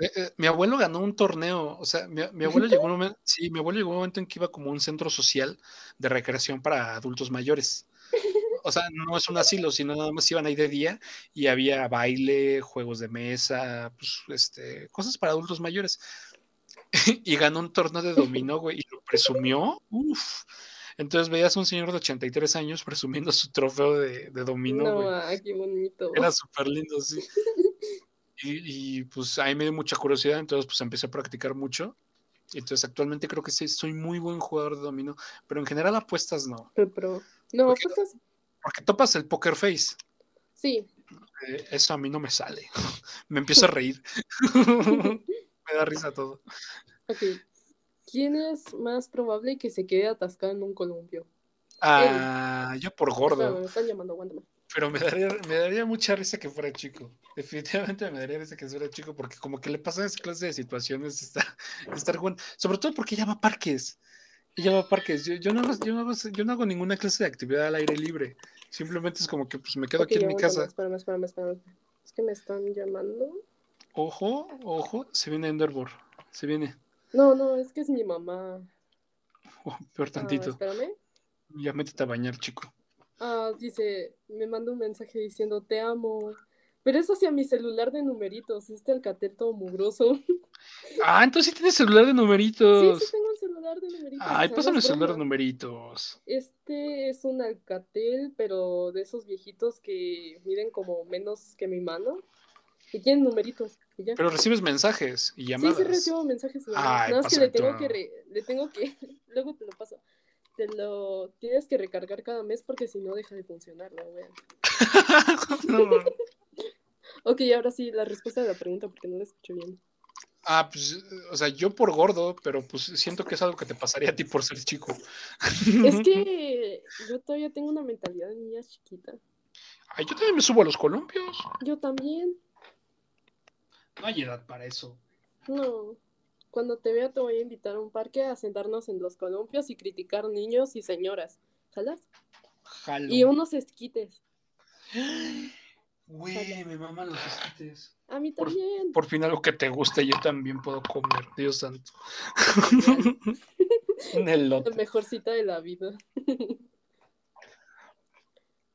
[SPEAKER 1] Eh, eh, mi abuelo ganó un torneo, o sea, mi, mi abuelo llegó un momento, sí, mi abuelo llegó un momento en que iba como a un centro social de recreación para adultos mayores. O sea, no es un asilo, sino nada más iban ahí de día y había baile, juegos de mesa, pues, este, cosas para adultos mayores. y ganó un torneo de dominó, güey, y lo presumió. Uf. Entonces veías a un señor de 83 años presumiendo su trofeo de, de dominó,
[SPEAKER 2] no,
[SPEAKER 1] güey.
[SPEAKER 2] ah, qué bonito.
[SPEAKER 1] Era súper lindo, sí. Y, y, pues ahí me dio mucha curiosidad, entonces pues empecé a practicar mucho. Entonces actualmente creo que sí, soy muy buen jugador de dominó, pero en general apuestas no,
[SPEAKER 2] Pero, pero- No,
[SPEAKER 1] ¿Por qué
[SPEAKER 2] pues es-
[SPEAKER 1] porque topas el poker face.
[SPEAKER 2] sí.
[SPEAKER 1] Eh, eso a mí no me sale, me empiezo a reír, me da risa todo.
[SPEAKER 2] Ok. ¿Quién es más probable que se quede atascado en un columpio?
[SPEAKER 1] Ah, yo por
[SPEAKER 2] Espérame,
[SPEAKER 1] gordo,
[SPEAKER 2] me están llamando, aguántame.
[SPEAKER 1] pero me daría, me daría mucha risa que fuera chico. Definitivamente me daría risa que fuera chico, porque como que le pasan esa clase de situaciones, está, estar jugando, sobre todo porque llama parques. Ella va a parques. Yo, yo, no, hago- yo, no hago, yo no hago ninguna clase de actividad al aire libre. Simplemente es como que pues me quedo
[SPEAKER 2] Ok,
[SPEAKER 1] aquí en mi
[SPEAKER 2] aguántame,
[SPEAKER 1] casa.
[SPEAKER 2] Espérame, espérame, espérame. Es que me están llamando.
[SPEAKER 1] Ojo, ojo, se viene Enderbor. Se viene.
[SPEAKER 2] No, no, es que es mi mamá.
[SPEAKER 1] Oh, peor
[SPEAKER 2] Ah,
[SPEAKER 1] tantito.
[SPEAKER 2] espérame.
[SPEAKER 1] Ya métete a bañar, chico.
[SPEAKER 2] Ah, dice, me manda un mensaje diciendo te amo. Pero es hacia mi celular de numeritos, este alcatel todo mugroso.
[SPEAKER 1] Ah, entonces sí tienes celular de
[SPEAKER 2] Sí,
[SPEAKER 1] numeritos.
[SPEAKER 2] sí tengo el celular de numeritos.
[SPEAKER 1] Ay,
[SPEAKER 2] o sea, no
[SPEAKER 1] pásame el
[SPEAKER 2] es
[SPEAKER 1] celular de
[SPEAKER 2] broma.
[SPEAKER 1] numeritos.
[SPEAKER 2] Este es un alcatel, pero de esos viejitos que miden como menos que mi mano. Y tienen numeritos. Y ya.
[SPEAKER 1] Pero recibes mensajes y
[SPEAKER 2] sí,
[SPEAKER 1] llamadas.
[SPEAKER 2] sí recibo mensajes. ¿no?
[SPEAKER 1] Ay,
[SPEAKER 2] Nada más que le tengo
[SPEAKER 1] pasato.
[SPEAKER 2] que, re- le tengo que, luego te lo paso. Te lo tienes que recargar cada mes porque si no deja de funcionar la wea. Ok, ahora sí, la respuesta de la pregunta porque no la escuché bien.
[SPEAKER 1] ah, pues, o sea, yo por gordo, pero pues siento que es algo que te pasaría a ti por ser chico.
[SPEAKER 2] Es que yo todavía tengo una mentalidad de niña chiquita.
[SPEAKER 1] Ay, yo también me subo a los columpios.
[SPEAKER 2] Yo también.
[SPEAKER 1] No hay edad para eso.
[SPEAKER 2] No. Cuando te vea te voy a invitar a un parque a sentarnos en los columpios y criticar niños y señoras. ¿Jalas?
[SPEAKER 1] Jalo.
[SPEAKER 2] Y unos esquites.
[SPEAKER 1] Güey, me maman los esquites.
[SPEAKER 2] A mí
[SPEAKER 1] Por-
[SPEAKER 2] también.
[SPEAKER 1] Por fin algo que te guste, yo también puedo comer, Dios santo. Un
[SPEAKER 2] La
[SPEAKER 1] elote.
[SPEAKER 2] mejor cita de la vida.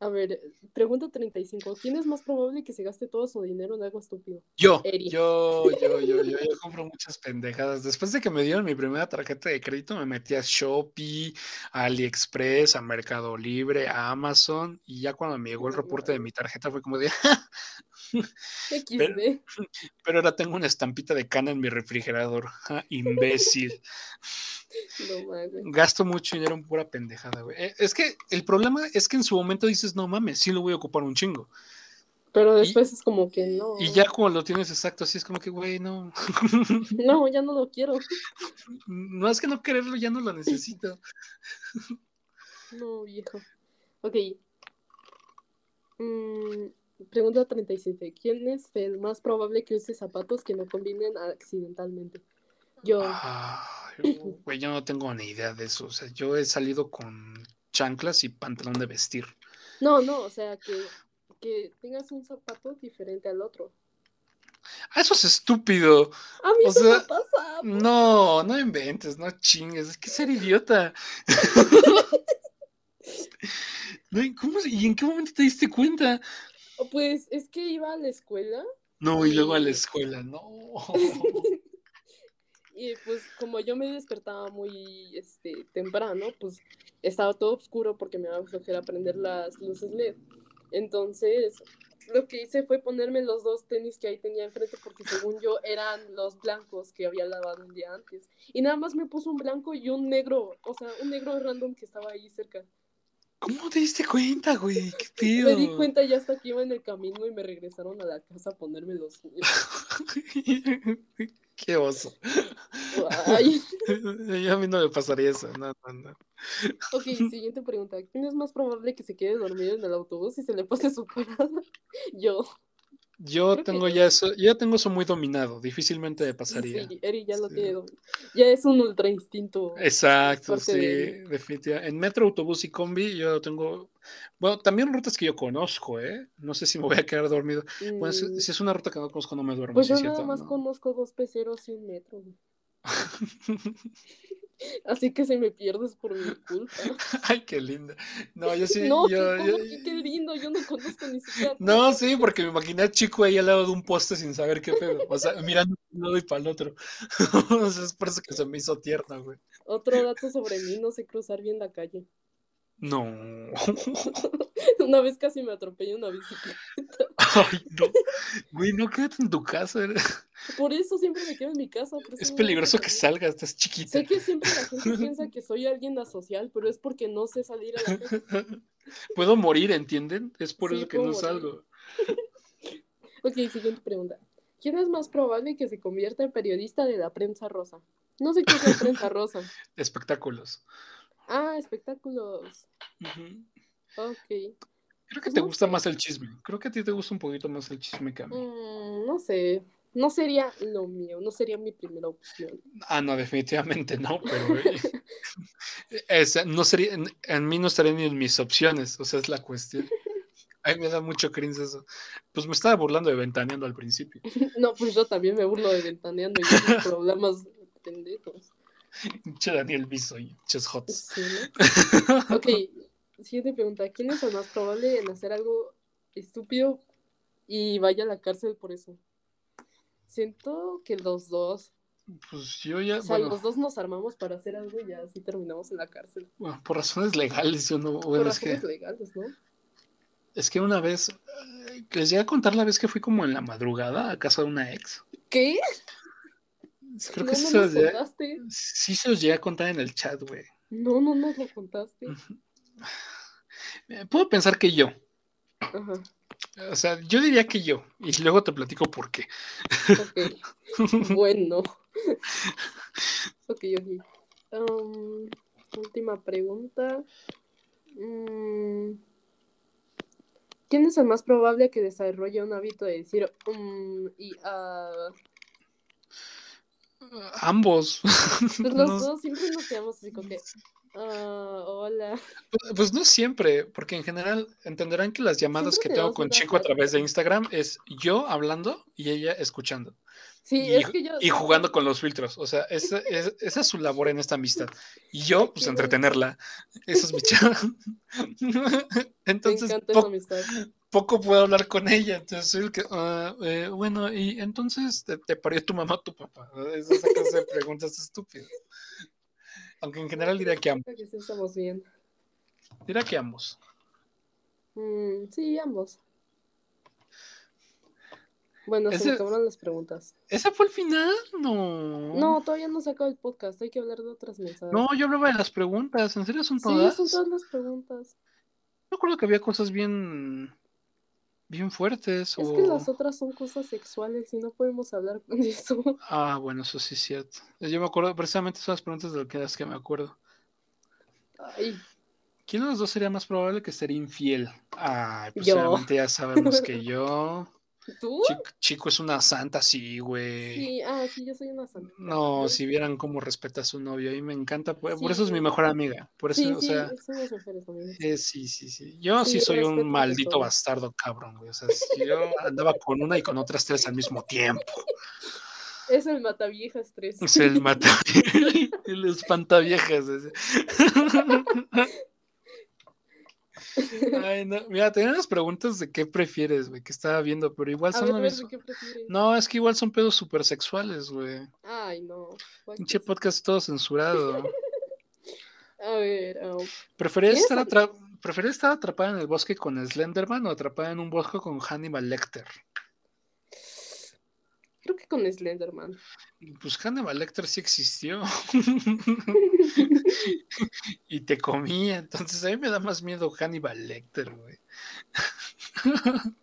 [SPEAKER 2] A ver, pregunta 35. ¿Quién es más probable que se gaste todo su dinero en algo estúpido?
[SPEAKER 1] Yo,
[SPEAKER 2] Eri.
[SPEAKER 1] yo, yo, yo, yo, yo compro muchas pendejadas. Después de que me dieron mi primera tarjeta de crédito, me metí a Shopee, a AliExpress, a Mercado Libre, a Amazon, y ya cuando me llegó el reporte de mi tarjeta fue como de, "Ah,
[SPEAKER 2] XD.
[SPEAKER 1] pero ahora tengo una estampita de cana en mi refrigerador. Ja, imbécil.
[SPEAKER 2] No mames. güey.
[SPEAKER 1] Gasto mucho dinero en pura pendejada, güey. Eh, Es que el problema es que en su momento dices, no mames, sí lo voy a ocupar un chingo.
[SPEAKER 2] Pero después es como que no.
[SPEAKER 1] Y ya cuando lo tienes exacto, así es como que, güey, no.
[SPEAKER 2] No, ya no lo quiero.
[SPEAKER 1] No es que no quererlo, ya no lo necesito.
[SPEAKER 2] No, viejo. Ok. Mm, pregunta 37. ¿Quién es el más probable que use zapatos que no combinen accidentalmente? Yo.
[SPEAKER 1] Ay, güey, yo no tengo ni idea de eso. O sea, yo he salido con chanclas y pantalón de vestir.
[SPEAKER 2] No, no, o sea, que que tengas un zapato diferente al otro.
[SPEAKER 1] Ah, eso es estúpido.
[SPEAKER 2] A mí
[SPEAKER 1] O
[SPEAKER 2] eso
[SPEAKER 1] sea, mm.
[SPEAKER 2] me pasa.
[SPEAKER 1] No, no inventes, no chingues, es que ser idiota. No, ¿y ¿Cómo, se- ¿Y en qué momento te diste cuenta?
[SPEAKER 2] Pues es que iba a la escuela
[SPEAKER 1] No, y luego a la escuela, no.
[SPEAKER 2] y pues como yo me despertaba muy este, temprano, pues estaba todo oscuro porque me daba flojera prender las luces LED. Entonces, lo que hice fue ponerme los dos tenis que ahí tenía enfrente porque según yo eran los blancos que había lavado un día antes. Y nada más me puso un blanco y un negro, o sea, un negro random que estaba ahí cerca.
[SPEAKER 1] ¿Cómo te diste cuenta, güey? ¿Qué tío?
[SPEAKER 2] Me di cuenta ya hasta que iba en el camino y me regresaron a la casa a ponerme los...
[SPEAKER 1] Qué oso.
[SPEAKER 2] Ay.
[SPEAKER 1] A mí no me pasaría eso. No, no, no.
[SPEAKER 2] Ok, siguiente pregunta. ¿Quién es más probable que se quede dormido en el autobús y se le pase su parada? Yo.
[SPEAKER 1] Yo
[SPEAKER 2] Creo que
[SPEAKER 1] tengo
[SPEAKER 2] yo-
[SPEAKER 1] ya eso, yo ya tengo eso muy dominado, difícilmente me pasaría.
[SPEAKER 2] Sí, Eri ya lo
[SPEAKER 1] Sí. Eh,
[SPEAKER 2] tiene. dormido. Ya es un ultra instinto.
[SPEAKER 1] Exacto,
[SPEAKER 2] Es parte
[SPEAKER 1] sí,
[SPEAKER 2] de-
[SPEAKER 1] definitivamente. En metro, autobús y combi, yo lo tengo. Bueno, también rutas que yo conozco, ¿eh? No sé si me voy a quedar dormido. Bueno, si,
[SPEAKER 2] Mm,
[SPEAKER 1] si es una ruta que no conozco, no me duermo.
[SPEAKER 2] pues
[SPEAKER 1] sí
[SPEAKER 2] yo
[SPEAKER 1] es
[SPEAKER 2] nada
[SPEAKER 1] cierto,
[SPEAKER 2] más
[SPEAKER 1] ¿no?
[SPEAKER 2] conozco dos peceros y un metro. güey. Así que si me pierdes por mi culpa.
[SPEAKER 1] Ay, qué linda. No, yo sí.
[SPEAKER 2] no,
[SPEAKER 1] yo-
[SPEAKER 2] qué,
[SPEAKER 1] yo-
[SPEAKER 2] ¿cómo que qué lindo. Yo no conozco ni siquiera.
[SPEAKER 1] No, sí, porque me imaginé a Chico ahí al lado de un poste sin saber qué pedo. O sea, mirando de un lado y para el otro. O sea, es por eso que se me hizo tierna, güey.
[SPEAKER 2] Otro dato sobre mí, no sé cruzar bien la calle.
[SPEAKER 1] No.
[SPEAKER 2] Una vez casi me atropellé una bicicleta.
[SPEAKER 1] Ay, no. Güey, no quédate en tu casa. eres-
[SPEAKER 2] Por eso siempre me quedo en mi casa. por eso
[SPEAKER 1] Es
[SPEAKER 2] no me
[SPEAKER 1] peligroso que
[SPEAKER 2] salgo.
[SPEAKER 1] salgas, estás chiquita.
[SPEAKER 2] Sé que siempre la gente piensa que soy alguien asocial, pero es porque no sé salir a la calle.
[SPEAKER 1] Puedo morir, ¿entienden? Es por
[SPEAKER 2] Sí,
[SPEAKER 1] eso que
[SPEAKER 2] puedo
[SPEAKER 1] no
[SPEAKER 2] morir.
[SPEAKER 1] salgo.
[SPEAKER 2] Ok, siguiente pregunta. ¿Quién es más probable que se convierta en periodista de la prensa rosa? No sé qué es la prensa rosa.
[SPEAKER 1] Espectáculos.
[SPEAKER 2] Ah, espectáculos.
[SPEAKER 1] Ujú.
[SPEAKER 2] Ok.
[SPEAKER 1] Creo que
[SPEAKER 2] Pues
[SPEAKER 1] te
[SPEAKER 2] no
[SPEAKER 1] gusta
[SPEAKER 2] sé.
[SPEAKER 1] más el chisme. Creo que a ti te gusta un poquito más el chisme que a mí.
[SPEAKER 2] Mm, no sé. No sería lo mío, no sería mi primera opción.
[SPEAKER 1] Ah, no, definitivamente no, pero eh, es- no sería, en, en mí no estaría ni en mis opciones, o sea, es la cuestión. A mí me da mucho cringe eso. Pues me estaba burlando de ventaneando al principio.
[SPEAKER 2] No, pues yo también me burlo de ventaneando y tengo problemas pendejos.
[SPEAKER 1] Che, Daniel Biso y Ches Hots.
[SPEAKER 2] Sí, ¿no? Ok, siguiente pregunta. ¿Quién es el más probable en hacer algo estúpido y vaya a la cárcel por eso? Siento que los dos,
[SPEAKER 1] Pues yo ya,
[SPEAKER 2] o sea,
[SPEAKER 1] bueno,
[SPEAKER 2] los dos nos armamos para hacer algo y así terminamos en la cárcel.
[SPEAKER 1] bueno, por razones legales, yo no, bueno,
[SPEAKER 2] por
[SPEAKER 1] es que...
[SPEAKER 2] razones legales, ¿no?
[SPEAKER 1] Es que una vez, eh, les llegué a contar la vez que fui como en la madrugada a casa de una ex.
[SPEAKER 2] ¿Qué?
[SPEAKER 1] Creo
[SPEAKER 2] no,
[SPEAKER 1] que sí,
[SPEAKER 2] no
[SPEAKER 1] se
[SPEAKER 2] nos
[SPEAKER 1] los llegué,
[SPEAKER 2] contaste.
[SPEAKER 1] sí se los llegué a contar en el chat, güey.
[SPEAKER 2] No, no nos lo contaste.
[SPEAKER 1] Eh, Puedo pensar que yo.
[SPEAKER 2] Ajá,
[SPEAKER 1] O sea, yo diría que yo. Y luego te platico por qué.
[SPEAKER 2] ok. bueno. ok, ok. Um, última pregunta. Mm, ¿Quién es el más probable que desarrolle un hábito de decir mm, y ah?
[SPEAKER 1] Ambos.
[SPEAKER 2] Pues los
[SPEAKER 1] No-
[SPEAKER 2] dos siempre nos quedamos así como que ah, hola.
[SPEAKER 1] pues no siempre, porque en general entenderán que las llamadas
[SPEAKER 2] Siempre
[SPEAKER 1] que tengo
[SPEAKER 2] tenemos
[SPEAKER 1] con
[SPEAKER 2] una
[SPEAKER 1] Chico a través de
[SPEAKER 2] plática.
[SPEAKER 1] Instagram es yo hablando y ella escuchando
[SPEAKER 2] Sí,
[SPEAKER 1] Y-
[SPEAKER 2] es que yo
[SPEAKER 1] y jugando con los filtros. O sea, esa, es, esa es su labor en esta amistad. Y yo, pues
[SPEAKER 2] qué
[SPEAKER 1] entretenerla. Eso es mi chamba.
[SPEAKER 2] me
[SPEAKER 1] Entonces,
[SPEAKER 2] encanta
[SPEAKER 1] po-
[SPEAKER 2] esa amistad.
[SPEAKER 1] poco puedo hablar con ella. Entonces, soy el que, ah, eh, bueno, y entonces, ¿te, te parió tu mamá o tu papá? Es esa clase de preguntas estúpidas. Aunque en general diría que ambos.
[SPEAKER 2] Creo que sí estamos bien.
[SPEAKER 1] Diría que ambos.
[SPEAKER 2] Mm, sí, ambos. Bueno, se
[SPEAKER 1] Ese-
[SPEAKER 2] me acabaron las preguntas.
[SPEAKER 1] ¿Ese fue el final? No.
[SPEAKER 2] No, todavía no se acaba el podcast, hay que hablar de otras mensajes.
[SPEAKER 1] No, yo hablaba de las preguntas. ¿En serio son
[SPEAKER 2] sí,
[SPEAKER 1] todas?
[SPEAKER 2] son todas las preguntas.
[SPEAKER 1] Yo recuerdo que había cosas bien. bien fuertes.
[SPEAKER 2] Es
[SPEAKER 1] o...
[SPEAKER 2] que las otras son cosas sexuales y no podemos hablar con eso.
[SPEAKER 1] Ah, bueno, eso sí es cierto. Yo me acuerdo, precisamente son las preguntas de las que me acuerdo.
[SPEAKER 2] Ay,
[SPEAKER 1] ¿Quién de los dos sería más probable que sería infiel? Ay, pues
[SPEAKER 2] Yo.
[SPEAKER 1] obviamente ya sabemos que yo.
[SPEAKER 2] ¿Tú?
[SPEAKER 1] Chico, Chico es una santa, sí, güey.
[SPEAKER 2] Sí, ah, sí, yo soy una santa.
[SPEAKER 1] No, si vieran cómo respeta a su novio, a mí me encanta, por, por
[SPEAKER 2] Sí.
[SPEAKER 1] eso es mi mejor amiga, por eso,
[SPEAKER 2] Sí,
[SPEAKER 1] o
[SPEAKER 2] sí,
[SPEAKER 1] sea,
[SPEAKER 2] somos mujeres también.
[SPEAKER 1] eh, sí, sí, sí, yo sí,
[SPEAKER 2] Sí,
[SPEAKER 1] soy
[SPEAKER 2] respeto
[SPEAKER 1] un
[SPEAKER 2] de
[SPEAKER 1] maldito
[SPEAKER 2] todo.
[SPEAKER 1] bastardo cabrón, güey, o sea, si yo andaba con una y con otras tres al mismo tiempo,
[SPEAKER 2] Es el mataviejas 3.
[SPEAKER 1] es el mata, el espantaviejas, ese. Ay, no, mira, tenía unas preguntas de qué prefieres, güey, que estaba viendo, pero igual
[SPEAKER 2] A
[SPEAKER 1] son
[SPEAKER 2] ver,
[SPEAKER 1] lo
[SPEAKER 2] a ver,
[SPEAKER 1] mismo.
[SPEAKER 2] ¿qué prefieres?
[SPEAKER 1] No, es que igual son pedos súper sexuales, güey.
[SPEAKER 2] Ay, no.
[SPEAKER 1] Pinche podcast todo censurado.
[SPEAKER 2] A ver, oh,
[SPEAKER 1] ¿Preferirías estar,
[SPEAKER 2] ¿Quieres
[SPEAKER 1] atra- preferirías estar atrapada en el bosque con Slenderman o atrapada en un bosque con Hannibal Lecter?
[SPEAKER 2] creo que con Slenderman.
[SPEAKER 1] Pues Hannibal Lecter sí existió y te comía, entonces a mí me da más miedo Hannibal Lecter, güey.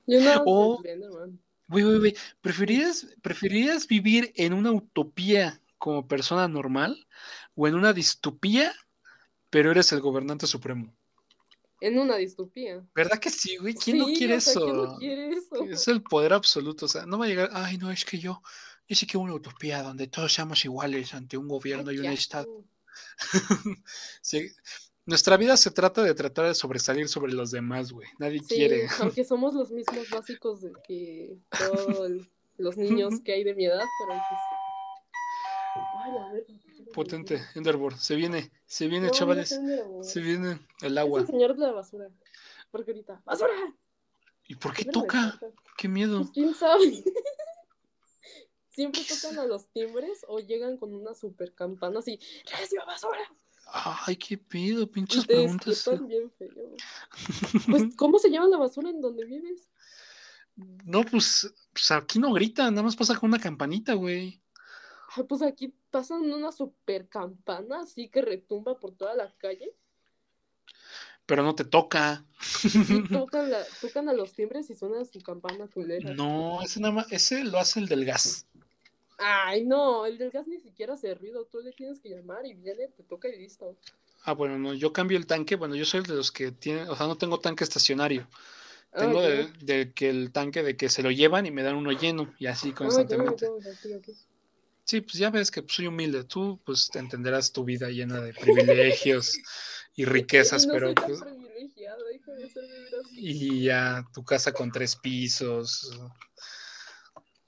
[SPEAKER 2] Yo no
[SPEAKER 1] O-
[SPEAKER 2] Slenderman.
[SPEAKER 1] Güey, güey, güey, ¿preferirías, preferirías vivir en una utopía como persona normal o en una distopía, pero eres el gobernante supremo?
[SPEAKER 2] En una distopía.
[SPEAKER 1] ¿Verdad que sí, güey? ¿Quién no
[SPEAKER 2] Sí,
[SPEAKER 1] quiere
[SPEAKER 2] o sea,
[SPEAKER 1] eso?
[SPEAKER 2] ¿Quién no quiere eso?
[SPEAKER 1] Es el poder absoluto, o sea, no va a llegar, ay, no, es que yo, yo sí quiero una utopía donde todos seamos iguales ante un gobierno y
[SPEAKER 2] Ay,
[SPEAKER 1] un
[SPEAKER 2] qué
[SPEAKER 1] estado.
[SPEAKER 2] asco.
[SPEAKER 1] Sí, Nuestra vida se trata de tratar de sobresalir sobre los demás, güey. Nadie
[SPEAKER 2] Sí,
[SPEAKER 1] quiere.
[SPEAKER 2] aunque somos los mismos básicos de que todos los niños que hay de mi edad, pero pues... Ay, la verga, ¿por qué me
[SPEAKER 1] Potente,
[SPEAKER 2] golpeé?
[SPEAKER 1] Enderboard, se viene, se viene,
[SPEAKER 2] No,
[SPEAKER 1] chavales,
[SPEAKER 2] no, no, no.
[SPEAKER 1] se viene el
[SPEAKER 2] Es
[SPEAKER 1] agua.
[SPEAKER 2] el señor de la basura. Porque ahorita, ¡basura!
[SPEAKER 1] ¿Y por qué
[SPEAKER 2] Siempre me
[SPEAKER 1] toca?
[SPEAKER 2] toca.
[SPEAKER 1] Qué miedo.
[SPEAKER 2] Pues quién sabe. Siempre tocan a los timbres o llegan con una super campana así, ¡reciba basura!
[SPEAKER 1] Ay, qué pedo,
[SPEAKER 2] Y
[SPEAKER 1] pinches
[SPEAKER 2] pues, te
[SPEAKER 1] preguntas.
[SPEAKER 2] despiertan bien feo. Pues, ¿cómo se llama la basura en donde vives?
[SPEAKER 1] No, pues, pues aquí no grita, nada más pasa con una campanita, güey.
[SPEAKER 2] Ay, Pues aquí pasan una super campana así que retumba por toda la calle.
[SPEAKER 1] Pero no te toca.
[SPEAKER 2] Sí, tocan, la- tocan a los timbres y suena su campana culera.
[SPEAKER 1] No, ese nada más, ese lo hace el del gas.
[SPEAKER 2] Ay, no, el del gas ni siquiera hace ruido. Tú le tienes que llamar y viene, te toca y listo.
[SPEAKER 1] Ah, bueno, no, yo cambio el tanque. Bueno, yo soy de los que tienen, o sea, no tengo tanque estacionario. Tengo
[SPEAKER 2] Ay,
[SPEAKER 1] de, de que el tanque de que se lo llevan y me dan uno lleno y así
[SPEAKER 2] no. Ay, ya me
[SPEAKER 1] constantemente.
[SPEAKER 2] tengo que ir, Ah, ok, ok.
[SPEAKER 1] Sí, pues ya ves que pues, soy humilde. Tú, pues, te entenderás tu vida llena de privilegios y riquezas,
[SPEAKER 2] Y no
[SPEAKER 1] pero
[SPEAKER 2] soy tan
[SPEAKER 1] pues,
[SPEAKER 2] privilegiada, déjame hacer vivir así.
[SPEAKER 1] y ya tu casa con tres pisos.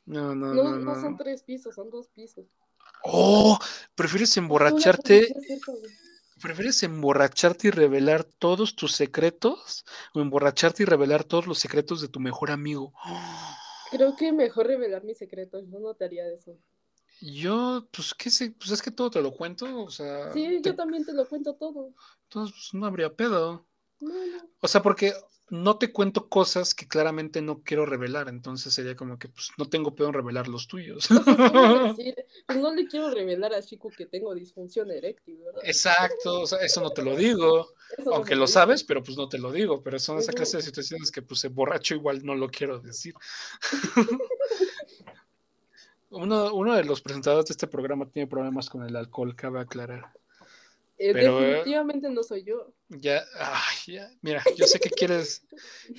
[SPEAKER 1] No, no,
[SPEAKER 2] No,
[SPEAKER 1] no,
[SPEAKER 2] no son
[SPEAKER 1] no.
[SPEAKER 2] tres pisos, son dos pisos.
[SPEAKER 1] Oh, prefieres
[SPEAKER 2] Borracharte
[SPEAKER 1] emborracharte, prefieres emborracharte y revelar todos tus secretos o emborracharte y revelar todos los secretos de tu mejor amigo.
[SPEAKER 2] Creo que mejor revelar mis secretos, yo no te haría eso.
[SPEAKER 1] Yo, pues, qué sé, pues es que todo te lo cuento, o sea,
[SPEAKER 2] Sí,
[SPEAKER 1] Ah, te-
[SPEAKER 2] yo también te lo cuento todo.
[SPEAKER 1] entonces pues, no habría pedo.
[SPEAKER 2] No, no.
[SPEAKER 1] O sea, porque no te cuento cosas que claramente no quiero revelar, entonces sería como que, pues, no tengo pedo en revelar los tuyos.
[SPEAKER 2] O sea, es como decir, pues no le quiero revelar a Chico que tengo disfunción eréctil, ¿verdad?
[SPEAKER 1] Exacto, o sea, eso no te lo digo,
[SPEAKER 2] Eso no
[SPEAKER 1] Eh, aunque
[SPEAKER 2] me
[SPEAKER 1] lo
[SPEAKER 2] dice.
[SPEAKER 1] sabes, pero pues no te lo digo, pero son esa
[SPEAKER 2] Ujú.
[SPEAKER 1] clase de situaciones que, pues, borracho igual no lo quiero decir. Uno, uno de los presentadores de este programa tiene problemas con el alcohol, cabe aclarar.
[SPEAKER 2] Eh,
[SPEAKER 1] pero, eh,
[SPEAKER 2] definitivamente no soy yo.
[SPEAKER 1] Ya, ay, ya, mira, yo sé que quieres,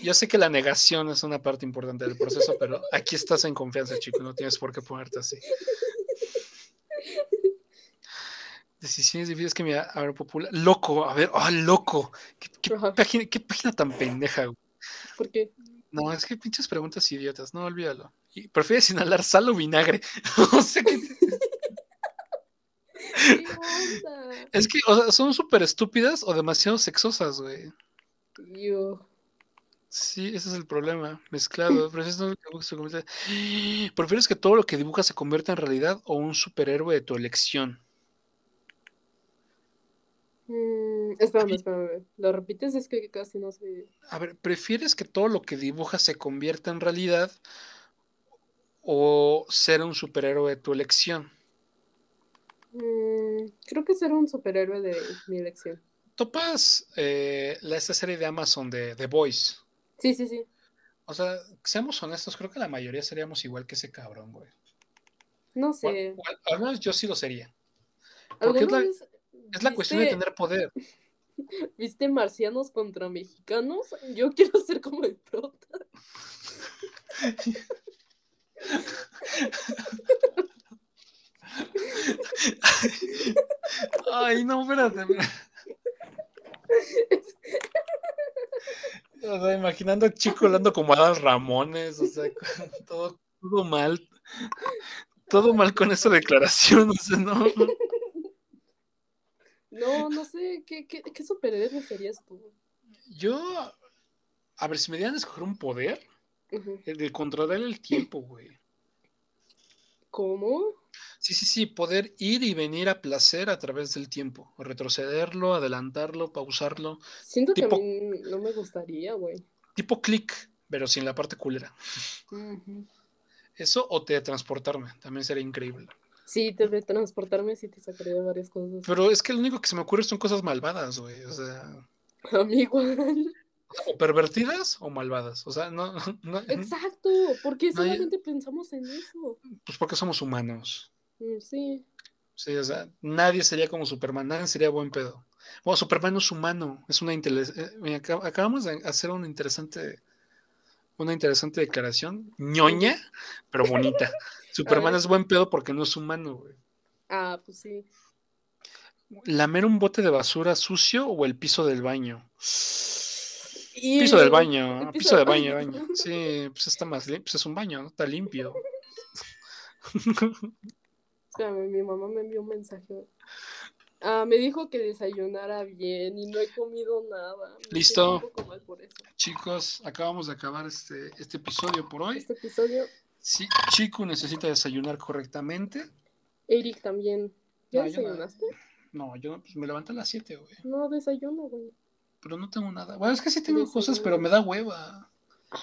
[SPEAKER 1] yo sé que la negación es una parte importante del proceso, pero aquí estás en confianza, chico, no tienes por qué ponerte así. Decisiones difíciles que me a ver, popular. Loco, a ver, ah, loco. ¿Qué, qué
[SPEAKER 2] Ajá.
[SPEAKER 1] página, qué página tan pendeja, güey?
[SPEAKER 2] ¿Por qué?
[SPEAKER 1] No, es que pinches preguntas idiotas, no, olvídalo. Y prefieres inhalar sal o vinagre. o sea que,
[SPEAKER 2] ¿Qué onda?
[SPEAKER 1] es que, o sea, son súper estúpidas o demasiado sexosas, güey.
[SPEAKER 2] Yo.
[SPEAKER 1] Sí, ese es el problema, mezclado. Pero eso es lo que se convierte- ¿Prefieres que todo lo que dibujas se convierta en realidad o un superhéroe de tu elección?
[SPEAKER 2] Mm, espérame, espérame. ¿Lo repites? Es que casi no sé.
[SPEAKER 1] A ver, ¿prefieres que todo lo que dibujas se convierta en realidad o ser un superhéroe de tu elección?
[SPEAKER 2] Mm, creo que ser un superhéroe de mi elección.
[SPEAKER 1] Topas eh, la- esta serie de Amazon de The Voice.
[SPEAKER 2] Sí, sí, sí.
[SPEAKER 1] O sea, seamos honestos, creo que la mayoría seríamos igual que ese cabrón, güey.
[SPEAKER 2] No
[SPEAKER 1] O-
[SPEAKER 2] sé.
[SPEAKER 1] o al- al menos yo sí lo sería. porque es
[SPEAKER 2] ¿Alguna
[SPEAKER 1] la-
[SPEAKER 2] vez
[SPEAKER 1] Es la cuestión de
[SPEAKER 2] viste-
[SPEAKER 1] tener poder.
[SPEAKER 2] ¿Viste marcianos contra mexicanos? Yo quiero ser como el prota.
[SPEAKER 1] Ay, no, espérate. espérate. O sea, imaginando a Chico hablando como Adal Ramones, o sea, con todo, todo mal. Todo mal con esa declaración, o sea, no.
[SPEAKER 2] No, no sé, ¿qué, qué, qué superhéroe serías tú?
[SPEAKER 1] Yo, a ver, si me dieran a escoger un poder,
[SPEAKER 2] Ujú.
[SPEAKER 1] el de controlar el tiempo, güey.
[SPEAKER 2] ¿Cómo?
[SPEAKER 1] Sí, sí, sí, poder ir y venir a placer a través del tiempo, o retrocederlo, adelantarlo, pausarlo,
[SPEAKER 2] Siento que
[SPEAKER 1] Tipo-
[SPEAKER 2] a mí no me gustaría, güey.
[SPEAKER 1] tipo click, pero sin la parte culera.
[SPEAKER 2] Ujú.
[SPEAKER 1] Eso o teletransportarme, también sería increíble.
[SPEAKER 2] Sí, teletransportarme sí te sacaría de varias cosas.
[SPEAKER 1] Pero es que lo único que se me ocurre son cosas malvadas, güey. O sea,
[SPEAKER 2] A mí igual.
[SPEAKER 1] o pervertidas o malvadas. O sea, no, no-
[SPEAKER 2] Exacto, porque
[SPEAKER 1] No, yo-
[SPEAKER 2] solamente pensamos en eso.
[SPEAKER 1] pues porque somos humanos.
[SPEAKER 2] Mm, Sí,
[SPEAKER 1] Sí, o sea, nadie sería como Superman, nadie sería buen pedo. Bueno, Superman no es humano, es una interes- eh, mira, acab- acabamos de hacer una interesante, una interesante declaración, ñoña, pero bonita. Superman es buen pedo porque no es humano, güey.
[SPEAKER 2] ah, pues sí.
[SPEAKER 1] Lamer un bote de basura sucio o el piso del baño.
[SPEAKER 2] Y-
[SPEAKER 1] Piso del baño,
[SPEAKER 2] el
[SPEAKER 1] ah,
[SPEAKER 2] piso
[SPEAKER 1] piso
[SPEAKER 2] del
[SPEAKER 1] del baño,
[SPEAKER 2] baño.
[SPEAKER 1] baño. Sí, pues está más limpio, pues es un baño, ¿no? está limpio.
[SPEAKER 2] Espérame, mi mamá me envió un mensaje. Ah, me dijo que desayunara bien y no he comido nada. Me
[SPEAKER 1] Listo.
[SPEAKER 2] siento Un poco mal por eso.
[SPEAKER 1] Chicos, acabamos de acabar este, este episodio por hoy.
[SPEAKER 2] Este episodio,
[SPEAKER 1] Si Chico necesita desayunar correctamente.
[SPEAKER 2] Eric también. ¿Ya
[SPEAKER 1] No, yo no.
[SPEAKER 2] desayunaste?
[SPEAKER 1] No, yo pues, me levanto a las 7, güey.
[SPEAKER 2] No, desayuno, güey.
[SPEAKER 1] Pero no tengo nada. Bueno, es que sí tengo cosas,
[SPEAKER 2] Desayuno.
[SPEAKER 1] pero me da hueva.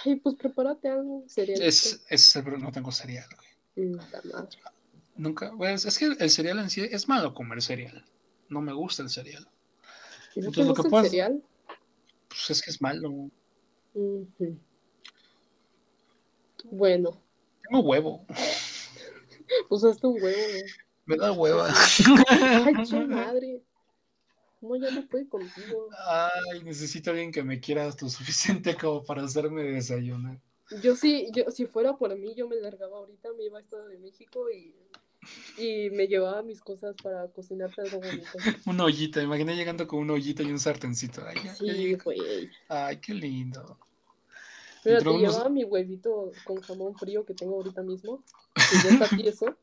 [SPEAKER 2] Ay, pues prepárate algo. Cereal.
[SPEAKER 1] Es, es el problema, no tengo cereal, güey.
[SPEAKER 2] Nada madre.
[SPEAKER 1] Nunca, güey, es, es que el cereal en sí es malo comer cereal. No me gusta el cereal.
[SPEAKER 2] ¿Y ¿No
[SPEAKER 1] Entonces,
[SPEAKER 2] te
[SPEAKER 1] lo
[SPEAKER 2] gusta
[SPEAKER 1] que
[SPEAKER 2] el
[SPEAKER 1] puedas-
[SPEAKER 2] cereal?
[SPEAKER 1] Pues es que es malo.
[SPEAKER 2] Ujú. Bueno,
[SPEAKER 1] Tengo huevo.
[SPEAKER 2] usaste un huevo, güey.
[SPEAKER 1] Me da hueva.
[SPEAKER 2] Ay, su madre. No, ya no puede contigo.
[SPEAKER 1] Ay, necesito a alguien que me quiera lo suficiente como para hacerme desayunar.
[SPEAKER 2] Yo sí, yo, si fuera por mí, yo me largaba ahorita, me iba a Estado de México y, y me llevaba mis cosas para cocinarte algo bonito.
[SPEAKER 1] Una ollita, me imaginé llegando con una ollita y un sartencito. Ay, ya- ya
[SPEAKER 2] Sí,
[SPEAKER 1] llegué.
[SPEAKER 2] güey.
[SPEAKER 1] Ay, qué lindo.
[SPEAKER 2] Mira, te
[SPEAKER 1] Entró unos-
[SPEAKER 2] llevaba mi huevito con jamón frío que tengo ahorita mismo, que ya está tieso.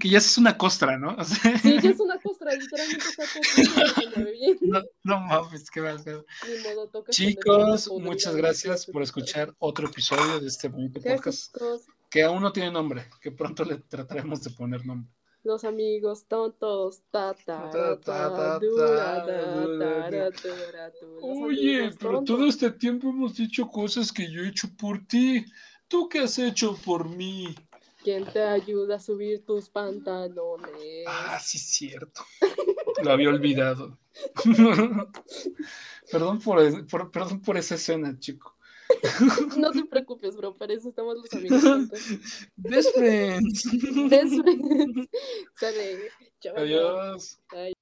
[SPEAKER 1] Que ya es una costra, ¿no? O sea,
[SPEAKER 2] Sí, ya es una costra, literalmente está todo tieso, no se mueve bien.
[SPEAKER 1] no, no mames, qué mal pedo.
[SPEAKER 2] Ni modo, toca
[SPEAKER 1] Chicos,
[SPEAKER 2] esconderle una
[SPEAKER 1] muchas
[SPEAKER 2] podrida
[SPEAKER 1] gracias
[SPEAKER 2] de
[SPEAKER 1] por escuchar otro episodio de este bonito
[SPEAKER 2] Gracias,
[SPEAKER 1] podcast
[SPEAKER 2] chicos,
[SPEAKER 1] que aún no tiene nombre, que pronto le trataremos de poner nombre.
[SPEAKER 2] los amigos tontos. Ta, ta,
[SPEAKER 1] Ta,
[SPEAKER 2] ra, ta,
[SPEAKER 1] ta,
[SPEAKER 2] du, ra,
[SPEAKER 1] ta,
[SPEAKER 2] ta,
[SPEAKER 1] du,
[SPEAKER 2] ta,
[SPEAKER 1] ra,
[SPEAKER 2] ra, tu, ra, tu. Los
[SPEAKER 1] Oye,
[SPEAKER 2] amigos
[SPEAKER 1] pero
[SPEAKER 2] tontos.
[SPEAKER 1] todo este tiempo hemos dicho cosas que yo he hecho por ti. ¿Tú qué has hecho por mí?
[SPEAKER 2] ¿Quién te ayuda a subir tus pantalones?
[SPEAKER 1] Ah, sí, cierto. Lo había olvidado. perdón, por, por- perdón por esa escena, chico.
[SPEAKER 2] No te preocupes, bro, para eso estamos los amigos juntos.
[SPEAKER 1] Best friends.
[SPEAKER 2] Best friends. Sale. Chao.
[SPEAKER 1] Adiós.